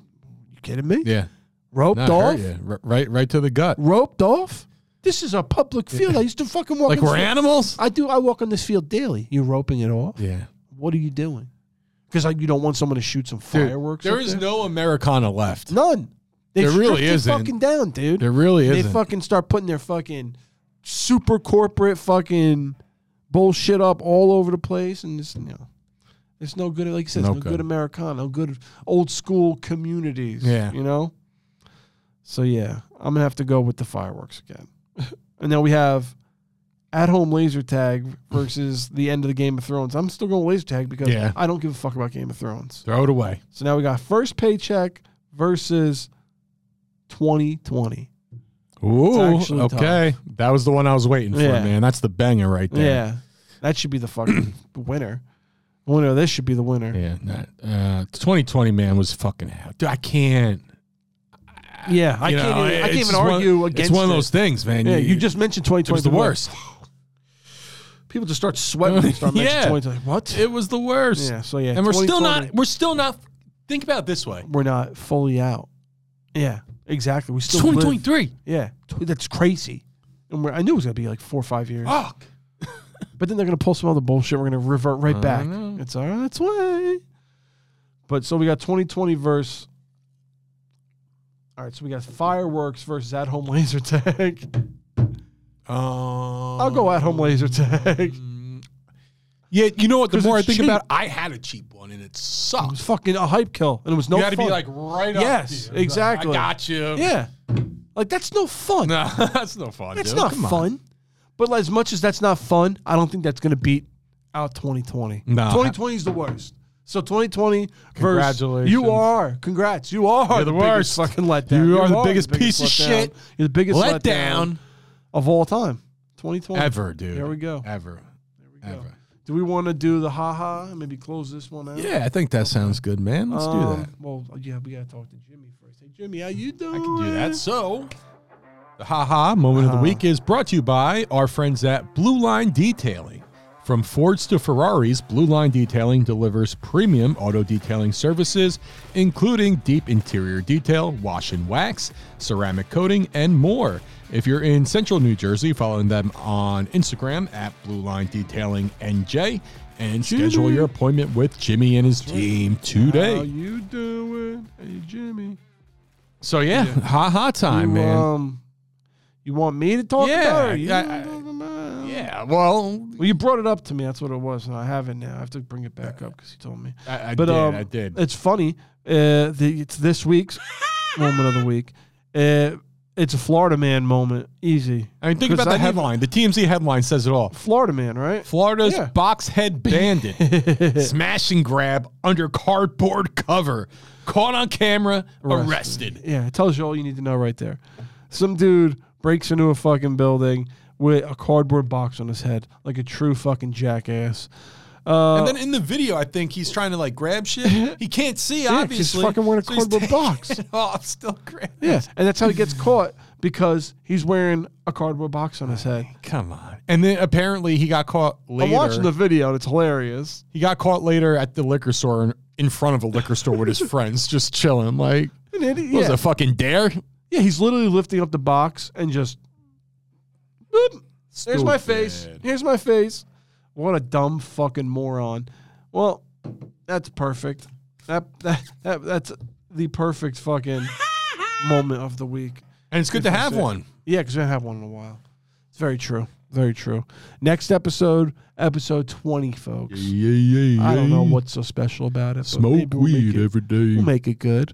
Speaker 8: kidding me?
Speaker 7: Hmm. yeah.
Speaker 8: Roped
Speaker 7: No, it hurt
Speaker 8: off?
Speaker 7: you. R- right, right to the gut.
Speaker 8: Roped off? This is a public field. I used to fucking walk.
Speaker 7: Like
Speaker 8: in this
Speaker 7: we're
Speaker 8: field.
Speaker 7: animals.
Speaker 8: I do. I walk on this field daily. You're roping it off.
Speaker 7: Yeah.
Speaker 8: What are you doing? Because like you don't want someone to shoot some fireworks.
Speaker 7: There
Speaker 8: up
Speaker 7: is no Americana left.
Speaker 8: none. They
Speaker 7: There
Speaker 8: stripped
Speaker 7: really
Speaker 8: it
Speaker 7: isn't.
Speaker 8: Fucking down, dude.
Speaker 7: There really
Speaker 8: they
Speaker 7: isn't.
Speaker 8: fucking start putting their fucking super corporate fucking bullshit up all over the place, and it's you know, it's no good. Like I said, it's
Speaker 7: No
Speaker 8: no, good
Speaker 7: good.
Speaker 8: Americana, no good old school communities.
Speaker 7: Yeah.
Speaker 8: you know. So yeah, I'm gonna have to go with the fireworks again, and then we have. At home laser tag versus the end of the Game of Thrones. I'm still going laser tag because
Speaker 7: Yeah.
Speaker 8: I don't give a fuck about Game of Thrones.
Speaker 7: Throw it away.
Speaker 8: So now we got first paycheck versus 2020.
Speaker 7: Ooh,
Speaker 8: actually
Speaker 7: okay. That was the one I was waiting for,
Speaker 8: Yeah.
Speaker 7: man. That's the banger right
Speaker 8: Yeah.
Speaker 7: there.
Speaker 8: That should be the fucking winner. Winner, of this should be the winner.
Speaker 7: Yeah, not, uh, 2020 man was fucking. hell. Dude, I can't.
Speaker 8: Yeah, I
Speaker 7: you
Speaker 8: can't.
Speaker 7: know,
Speaker 8: even, I can't
Speaker 7: it's
Speaker 8: even
Speaker 7: one-
Speaker 8: argue against.
Speaker 7: It's one of
Speaker 8: it.
Speaker 7: those things, man.
Speaker 8: Yeah, you just mentioned 2020.
Speaker 7: It was the
Speaker 8: people are like-
Speaker 7: worst.
Speaker 8: People just start sweating when they start mentioning
Speaker 7: Yeah.
Speaker 8: 2020. What?
Speaker 7: It was the worst.
Speaker 8: yeah. So yeah,
Speaker 7: and we're still
Speaker 8: 2020,
Speaker 7: not. We're still not. Think about it this way.
Speaker 8: We're not fully out. Yeah. Exactly. We
Speaker 7: It's
Speaker 8: still. live-
Speaker 7: 2023.
Speaker 8: Yeah. Tw- That's crazy. And we're, I knew it was gonna be like four or five years.
Speaker 7: Fuck.
Speaker 8: But then they're gonna pull some other bullshit. We're gonna revert right
Speaker 7: I
Speaker 8: back.
Speaker 7: know.
Speaker 8: It's all right. That's way. But so we got 2020 verse. All right, so we got fireworks versus at home laser tag.
Speaker 7: Um,
Speaker 8: I'll go at home laser tag.
Speaker 7: Yeah, you know what? The
Speaker 8: 'Cause
Speaker 7: more I
Speaker 8: it's
Speaker 7: think
Speaker 8: cheap.
Speaker 7: about, it, I had a cheap one and it
Speaker 8: It was
Speaker 7: sucks.
Speaker 8: fucking a hype kill, and it was no
Speaker 7: Mm. you got to
Speaker 8: fun.
Speaker 7: be like right up.
Speaker 8: Yes,
Speaker 7: to you.
Speaker 8: exactly.
Speaker 7: I got you.
Speaker 8: yeah, like that's no fun.
Speaker 7: No, that's no fun.
Speaker 8: that's
Speaker 7: dude.
Speaker 8: not
Speaker 7: Come on.
Speaker 8: fun. But as much as that's not fun, I don't think that's gonna beat out 2020.
Speaker 7: No.
Speaker 8: 2020 is the worst. So 2020 versus
Speaker 7: Congratulations.
Speaker 8: you are. Congrats, you are
Speaker 7: You're
Speaker 8: the,
Speaker 7: the
Speaker 8: biggest
Speaker 7: worst.
Speaker 8: fucking letdown.
Speaker 7: You are the biggest piece of
Speaker 8: letdown.
Speaker 7: shit.
Speaker 8: You're the biggest
Speaker 7: Let
Speaker 8: letdown.
Speaker 7: down
Speaker 8: of all time. 2020.
Speaker 7: ever, dude.
Speaker 8: There we go.
Speaker 7: Ever. Ever.
Speaker 8: Do we want to do the haha and maybe close this one out?
Speaker 7: Yeah, I think that sounds good, man. Let's do
Speaker 8: Um,
Speaker 7: that.
Speaker 8: Well, yeah, we gotta talk to Jimmy first. Hey, Jimmy, how you doing?
Speaker 7: I can do that. So, Uh-huh. the haha moment of the week is brought to you by our friends at Blue Line Detailing. From Fords to Ferraris, Blue Line Detailing delivers premium auto detailing services, including deep interior detail, wash and wax, ceramic coating, and more. If you're in central New Jersey, follow them on Instagram at Blue Line Detailing NJ and schedule your appointment with Jimmy and his team
Speaker 8: How
Speaker 7: today.
Speaker 8: you doing? Hey, Jimmy.
Speaker 7: So, yeah, ha ha time,
Speaker 8: you,
Speaker 7: man.
Speaker 8: Um, you want me to talk
Speaker 7: Yeah,
Speaker 8: about it? or you
Speaker 7: I-
Speaker 8: wanna
Speaker 7: I-
Speaker 8: talk about it?
Speaker 7: yeah, well,
Speaker 8: Well, you brought it up to me. That's what it was, and I haven't now. I have to bring it back up because you told me.
Speaker 7: Uh, I, I
Speaker 8: but
Speaker 7: did.
Speaker 8: um,
Speaker 7: I did.
Speaker 8: It's funny. Uh, the, it's this week's moment of the week. Uh, it's a Florida man moment. Easy.
Speaker 7: I mean, think
Speaker 8: 'Cause
Speaker 7: about the
Speaker 8: I need-
Speaker 7: headline. The TMZ headline says it all.
Speaker 8: Florida man, right?
Speaker 7: Florida's
Speaker 8: Yeah.
Speaker 7: box head bandit smash and grab under cardboard cover, caught on camera, arrested.
Speaker 8: Yeah, it tells you all you need to know right there. Some dude breaks into a fucking building with a cardboard box on his head, like a true fucking jackass. Uh,
Speaker 7: And then in the video, I think he's trying to like grab shit. He can't see,
Speaker 8: Yeah, 'cause he's
Speaker 7: obviously.
Speaker 8: fucking wearing a
Speaker 7: so he's
Speaker 8: cardboard
Speaker 7: taking
Speaker 8: box.
Speaker 7: it Off, still grab.
Speaker 8: yeah, and that's how he gets caught because he's wearing a cardboard box on his head.
Speaker 7: Come on. And then apparently he got caught
Speaker 8: I'm
Speaker 7: later.
Speaker 8: watching the video and it's hilarious.
Speaker 7: he got caught later at the liquor store in, in front of a liquor store with his friends, just chilling. Like,
Speaker 8: An idiot.
Speaker 7: what was
Speaker 8: Yeah.
Speaker 7: a fucking dare?
Speaker 8: yeah, he's literally lifting up the box and just. Boop. Here's my face.
Speaker 7: Stupid.
Speaker 8: Here's my face. What a dumb fucking moron. Well, that's perfect. That that, that that's the perfect fucking moment of the week.
Speaker 7: And it's good to have one.
Speaker 8: Yeah, because we haven't had one in a while. It's very true. Very true. Next episode, episode twenty, folks.
Speaker 7: Yeah, yeah,
Speaker 8: I don't know what's so special about it. but maybe we'll make it-
Speaker 7: day.
Speaker 8: We'll make it good,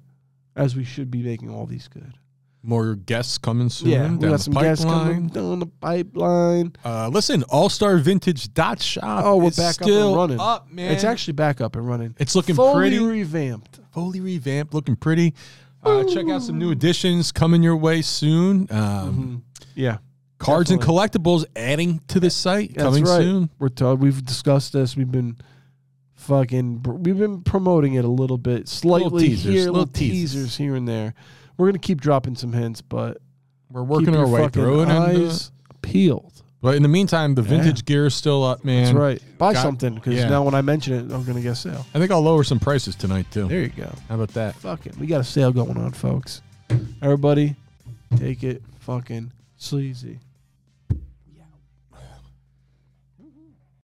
Speaker 8: as we should be making all these good.
Speaker 7: More guests coming soon.
Speaker 8: yeah,
Speaker 7: down
Speaker 8: we got
Speaker 7: the
Speaker 8: some
Speaker 7: pipeline.
Speaker 8: guests coming down the pipeline.
Speaker 7: Uh, listen, allstarvintage.shop.
Speaker 8: Oh, we're
Speaker 7: is
Speaker 8: back up
Speaker 7: still
Speaker 8: and running.
Speaker 7: up, man.
Speaker 8: It's actually back up and running.
Speaker 7: It's looking
Speaker 8: Fully
Speaker 7: pretty.
Speaker 8: revamped.
Speaker 7: fully revamped, looking pretty. Uh, check out some new additions coming your way soon. Um,
Speaker 8: Mm-hmm. Yeah,
Speaker 7: Cards and collectibles adding to the site
Speaker 8: that's
Speaker 7: coming
Speaker 8: right.
Speaker 7: soon.
Speaker 8: We're told we've discussed this. We've been fucking. We've been promoting it a little bit, slightly
Speaker 7: teasers,
Speaker 8: here,
Speaker 7: little
Speaker 8: little
Speaker 7: teasers.
Speaker 8: teasers. here and there. We're gonna keep dropping some hints, but
Speaker 7: We're working
Speaker 8: keep
Speaker 7: our
Speaker 8: your
Speaker 7: way
Speaker 8: fucking
Speaker 7: through it. and, uh,
Speaker 8: Eyes peeled.
Speaker 7: but in the meantime, the vintage gear is still up, man.
Speaker 8: That's right. Buy
Speaker 7: got-
Speaker 8: something because
Speaker 7: yeah.
Speaker 8: now when I mention it, I'm gonna get a sale.
Speaker 7: I think I'll lower some prices tonight, too.
Speaker 8: There you go.
Speaker 7: How about that?
Speaker 8: Fucking, we got a sale going on, folks. Everybody, take it fucking sleazy.